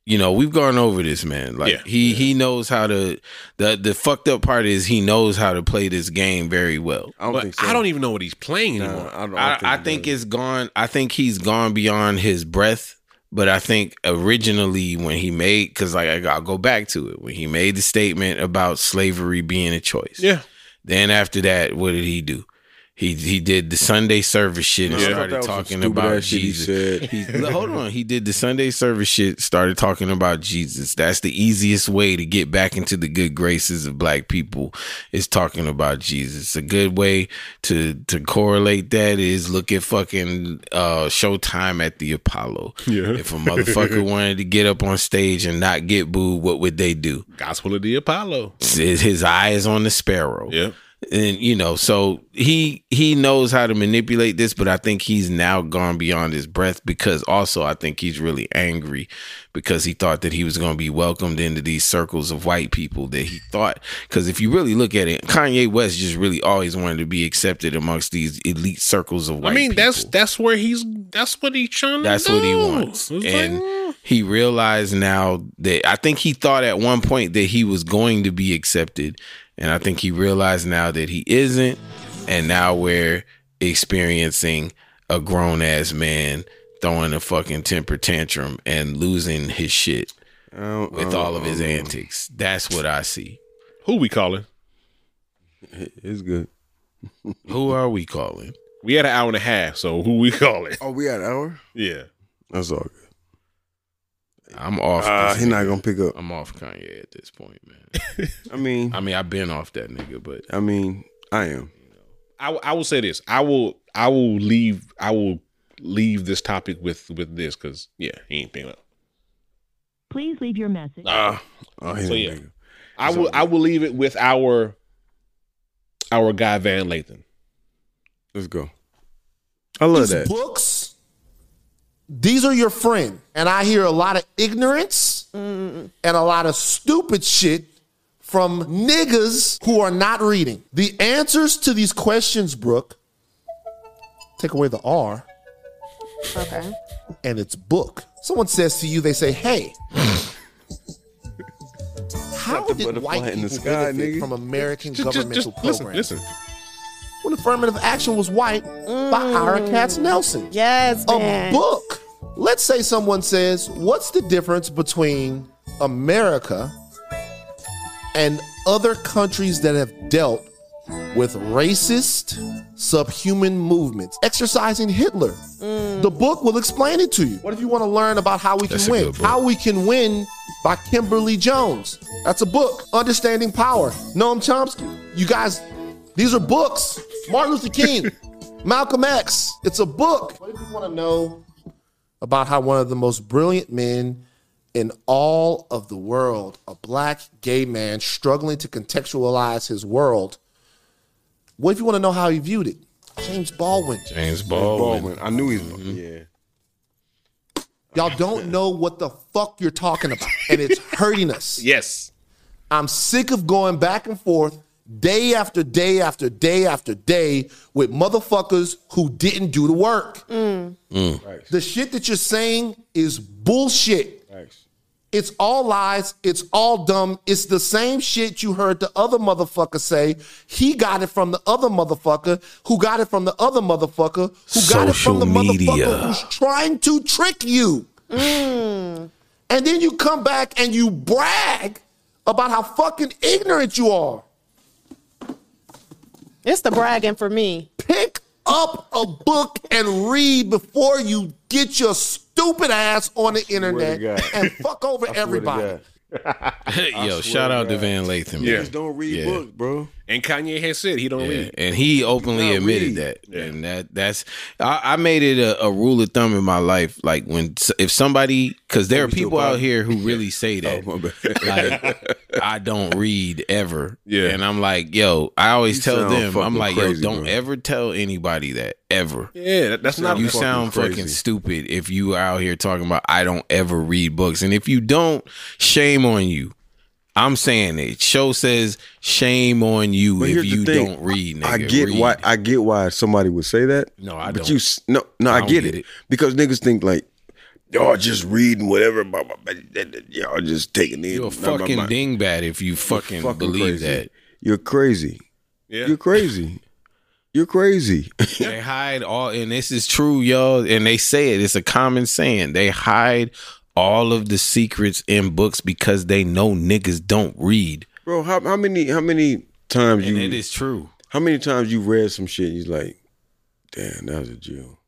You know, we've gone over this, man. Like
Yeah.
he he knows how to the the fucked up part is he knows how to play this game very well.
I don't
but
think so.
I don't even know what he's playing anymore.
Nah, I don't,
I,
I don't
I
he
think
does.
it's gone. I think he's gone beyond his breath. But I think originally when he made, because like I, I'll go back to it when he made the statement about slavery being a choice.
yeah,
Then after that, what did he do? He he did the Sunday service shit and
Yeah. I
that
thought
started
was some
talking
stupid
about
ass shit he
Jesus.
said.
He- hold on, he did the Sunday service shit. Started talking about Jesus. That's the easiest way to get back into the good graces of black people is talking about Jesus. A good way to to correlate that is look at fucking uh, Showtime at the Apollo.
Yeah.
If a motherfucker wanted to get up on stage and not get booed, what would they do?
Gospel of the Apollo.
His his eye is on the sparrow.
Yeah,
and you know so he he knows how to manipulate this but i think he's now gone beyond his breath because also i think he's really angry because he thought that he was going to be welcomed into these circles of white people that he thought because if you really look at it kanye west just really always wanted to be accepted amongst these elite circles of white
I mean, that's
people.
that's where he's that's what he's trying to
That's
do.
what he wants.
It's
And
like, mm.
he realized now that I think he thought at one point that he was going to be accepted. And I think he realized now that he isn't. And now we're experiencing a grown ass man throwing a fucking temper tantrum and losing his shit
I don't- I
with
don't-
all of his
I don't know.
antics. That's what I see.
who we calling?
It's good.
Who are we calling?
We had an hour and a half, so who we calling?
Oh, we got an hour.
Yeah.
That's all good.
I'm off.
Uh,
this
he's not gonna pick up.
I'm off Kanye at this point, man.
I mean,
I mean, I've been off that nigga, but
I mean, I am.
I, I will say this. I will I will leave I will leave this topic with with this because yeah, he ain't paying up.
Please leave your message.
Uh,
Oh, he's
So,
a
yeah.
nigga.
I will I will leave it with our our guy Van Lathan.
Let's go. I love
these
that.
books, these are your friend. And I hear a lot of ignorance and a lot of stupid shit from niggas who are not reading. The answers to these questions, Brooke, take away the R
Okay.
and it's book. Someone says to you, they say, "Hey, how
the
did
butterfly
white
in
people
the sky,
benefit
nigga.
from American
Just, just,
governmental
just listen,
programs
listen.
when affirmative action was white by Ira Katz Nelson?"
Mm. Yes,
a
man.
book. Let's say someone says, What's the difference between America and other countries that have dealt with racist subhuman movements, exercising Hitler? The book will explain it to you. What if you want to learn about how we
That's a
can win?
good book.
How We Can Win by Kimberly Jones. That's a book. Understanding Power, Noam Chomsky. You guys, these are books. Martin Luther King, Malcolm X. It's a book. What if you want to know about how one of the most brilliant men in all of the world, a black gay man struggling to contextualize his world, what if you want to know how he viewed it? James Baldwin.
James Baldwin.
Baldwin. I knew he's. Yeah.
Y'all don't know what the fuck you're talking about, and it's hurting us.
Yes.
I'm sick of going back and forth day after day after day after day with motherfuckers who didn't do the work. The shit that you're saying is bullshit.
Thanks.
It's all lies. It's all dumb. It's the same shit you heard the other motherfucker say. He got it from the other motherfucker who got it from the other motherfucker who got it from
Social
the
media.
motherfucker who's trying to trick you. And then you come back and you brag about how fucking ignorant you are.
It's the bragging for me.
Pick up a book and read before you get your stupid ass on the internet
God.
and fuck over everybody.
Uh,
Yo, shout out to Van Lathan.
Yeah.
man.
Just don't read
Yeah.
books, bro.
And Kanye has said he don't
Yeah,
read.
and he openly
Not weed.
admitted that, and that that's I, I made it a, a rule of thumb in my life. Like when s- if somebody, because there are people out here who really say that,
Oh, my bad.
like I don't read ever.
Yeah.
and I'm like, yo, I always
You
tell
sound
them, I'm
fucking
like,
crazy,
yo, don't
bro.
ever tell anybody that ever.
Yeah, that, that's not
You
fucking
sound fucking
crazy.
stupid if you are out here talking about I don't ever read books, and if you don't, shame on you. I'm saying it. Show says shame on you
But
if
here's the
you
thing.
don't read. Nigga.
I get
Read.
why I get why somebody would say that.
No, I
but
don't.
You s- no no I,
don't
get,
get
it.
it.
because niggas think like y'all just reading whatever, blah, blah, blah, blah, blah, y'all just taking in.
You're a
blah, blah,
fucking
blah.
dingbat if you fucking,
Fucking
believe
crazy.
that.
You're crazy.
Yeah.
You're crazy. You're crazy.
They hide all, and this is true, y'all. And they say it. It's a common saying. They hide all of the secrets in books because they know niggas don't read.
bro, how, how many how many times
And
you
it is true.
how many times you read some shit and you like, damn, that was a Jew.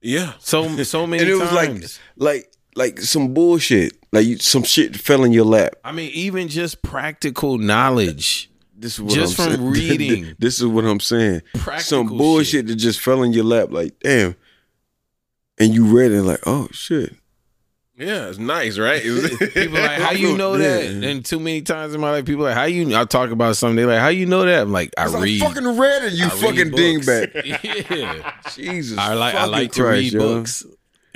Yeah.
So so many
and it was like
times.
like like some bullshit. Like you, some shit fell in your lap.
I mean, even just practical knowledge.
This is what
Just
I'm
from
saying.
reading.
this is what I'm saying.
Practical
Some bullshit that just fell in your lap, like damn. And you read it, like oh shit,
Yeah, it's nice, right?
People are like, how you know that? And too many times in my life, people are like, how you? I talk about something. They like, how you know that? I'm like, I
It's like,
read.
fucking red and you
I read
fucking
books.
dingbat.
yeah.
Jesus.
I like I
fucking
like to
Christ,
read
yo.
books,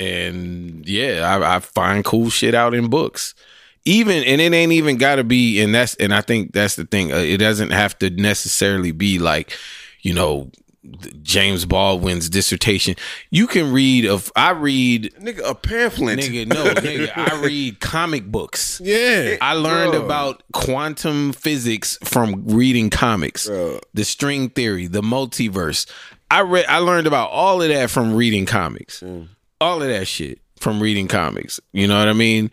and yeah, I, I find cool shit out in books. Even and it ain't even got to be, and that's and I think that's the thing. Uh, It doesn't have to necessarily be like, you know, th- James Baldwin's dissertation. You can read of I read,
Nigga, a pamphlet.
nigga, no, nigga, I read comic books.
yeah.
I learned
Bro.
about quantum physics from reading comics,
Bro.
the string theory, the multiverse. I read. I learned about all of that from reading comics.
Mm.
All of that shit from reading comics. You know what I mean?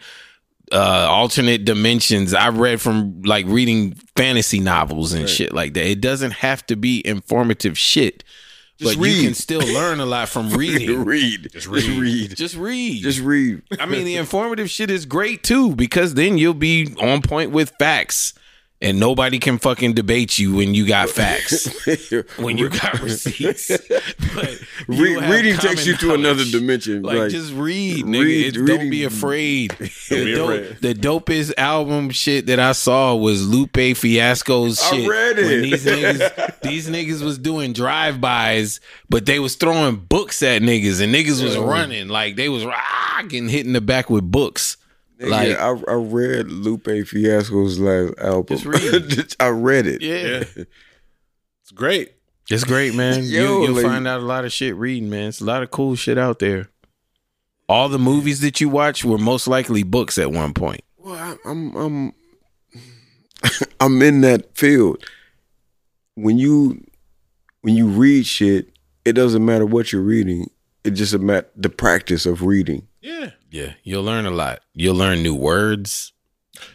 Uh, alternate dimensions. I read from like reading fantasy novels and shit like that. It doesn't have to be informative shit,
Just
but you can
read.
still learn a lot from
Nigga,
reading.
read. Just read. Just read.
Just read.
Just read.
I mean, the informative shit is great too because then you'll be on point with facts, and nobody can fucking debate you when you got facts, when you got receipts. But you
Re-
have
reading
common
takes you to
knowledge.
another dimension,
Like,
like,
just read, nigga.
read-
It's- don't
reading-
be afraid.
be
the, dope-
afraid.
the dopest album shit that I saw was Lupe Fiasco's
I
shit.
read
when
it.
these niggas, these niggas was doing drive bys, but they was throwing books at niggas, and niggas was running like they was ah, getting hit in the back with books. Like
yeah, I, I read Lupe Fiasco's last album.
Just read.
Just- I read it.
yeah,
It's great.
it's great, man.
Yo,
you, you'll
like-
find out a lot of shit reading, man. It's a lot of cool shit out there. All the movies that you watch were most likely books at one point.
Well, I, I'm I'm I'm in that field. When you when you read shit, it doesn't matter what you're reading. It just about the practice of reading.
Yeah.
Yeah, you'll learn a lot. You'll learn new words.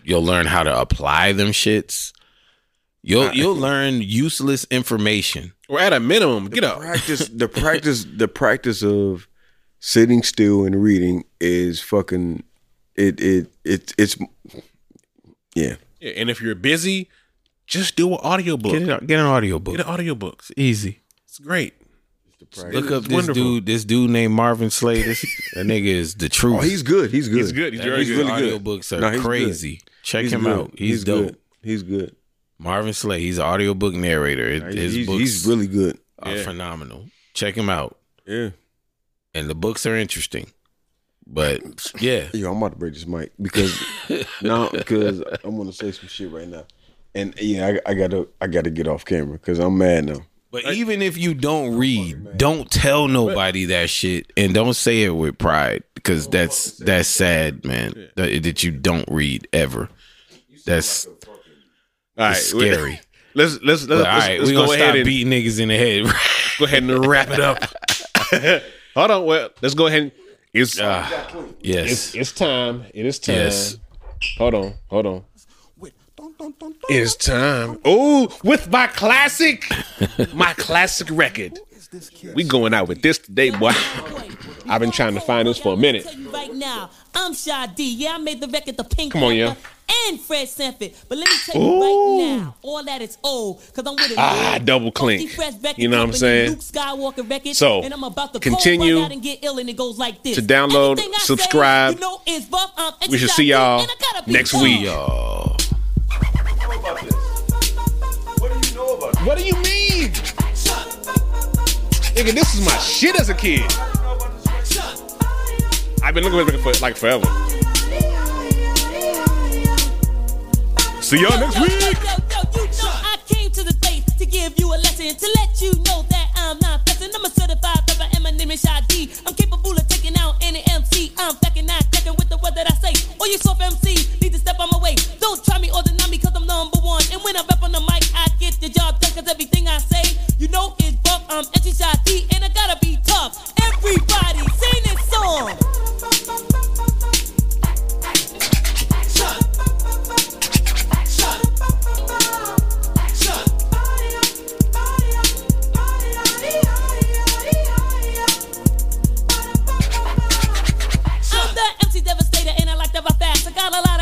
You'll learn how to apply them shits. You'll you'll learn useless information.
Or at a minimum, get
Oh.
up.
Practice the practice the practice of sitting still and reading is fucking it it it it's yeah.
Yeah, and if you're busy, just do an audiobook.
Get
Get,
it, get an audiobook.
an audiobook. It's
Easy.
great.
Look up
It's
this
wonderful.
dude. This dude named Marvin Slade. This that nigga is the truth.
Oh, he's good. He's good.
He's good. He's
That
very
nigga's
good.
really good.
Audiobooks are
No, he's good.
crazy. Check
He's
him
good.
out. He's, dope.
good. He's good.
Marvin Slade. He's an audiobook narrator. It- His
he's,
books
he's really good.
are
Yeah.
phenomenal. Check him out.
Yeah.
And the books are interesting. But yeah,
Yo, I'm about to break this mic because no, because I'm gonna say some shit right now, and yeah, I, I gotta I gotta get off camera because I'm mad now.
But even if you don't read, don't tell nobody that shit, and don't say it with pride because that's that's sad, man. That, that you don't read ever. That's
All right,
it's scary.
Let's let's let's,
But,
let's,
all right,
let's
we gonna
go ahead
stop
and
beating niggas in the head.
go ahead and wrap it up. Hold on. Well, let's go ahead. And, it's
Ah, yes,
it's it's time. It is time.
yes.
Hold on. Hold on. It's time. Oh, with my classic, my classic record. We going out with this today, boy. I've been trying to find this for a minute.
tell you right now, I'm Sade. Yeah, I made the record, The Pink
Come on,
Panther
yeah.
And Fred Sanford. But let me tell you
Ooh.
right now, all that is old. Because I'm with a
Ah,
new
double clink.
funky fresh record
You know what I'm
company,
saying?
Luke Skywalker record.
So,
and I'm about to
continue
cold run out and get ill, and it goes like this.
to download,
Everything I say,
subscribe.
you know, is rough, um,
We should see y'all
and I gotta be
next
tough.
week. What do you mean? Nigga, this is my shit as a kid. I've been looking at it for like forever. See y'all next
Yo, yo,
week.
yo, yo, yo, you know I came to the stage to give you a lesson, to let you know that I'm not flexing. I'm a certified rapper, and my name is Shadi. I'm capable of taking out any MC. I'm fucking not checking with the word that I say. All you soft MCs need to step on my way. Don't try me or deny me, cause I'm number one. And when I rap on the mic, I get the job done, cause everything I say, you know, is buff. I'm anti Shadi, and I gotta be tough. Everybody sing this song. I'm the MC Devastator and I like to rap fast. I got a lot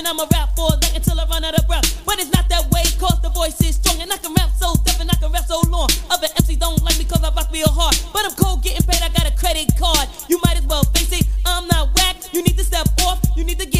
I'ma rap for that until I run out of breath. But it's not that way, cause the voice is strong. And I can rap so deaf and I can rap so long. Other MCs don't like me cause I rock real hard. But I'm cold getting paid, I got a credit card. You might as well face it, I'm not whack. You need to step off, you need to get Oh,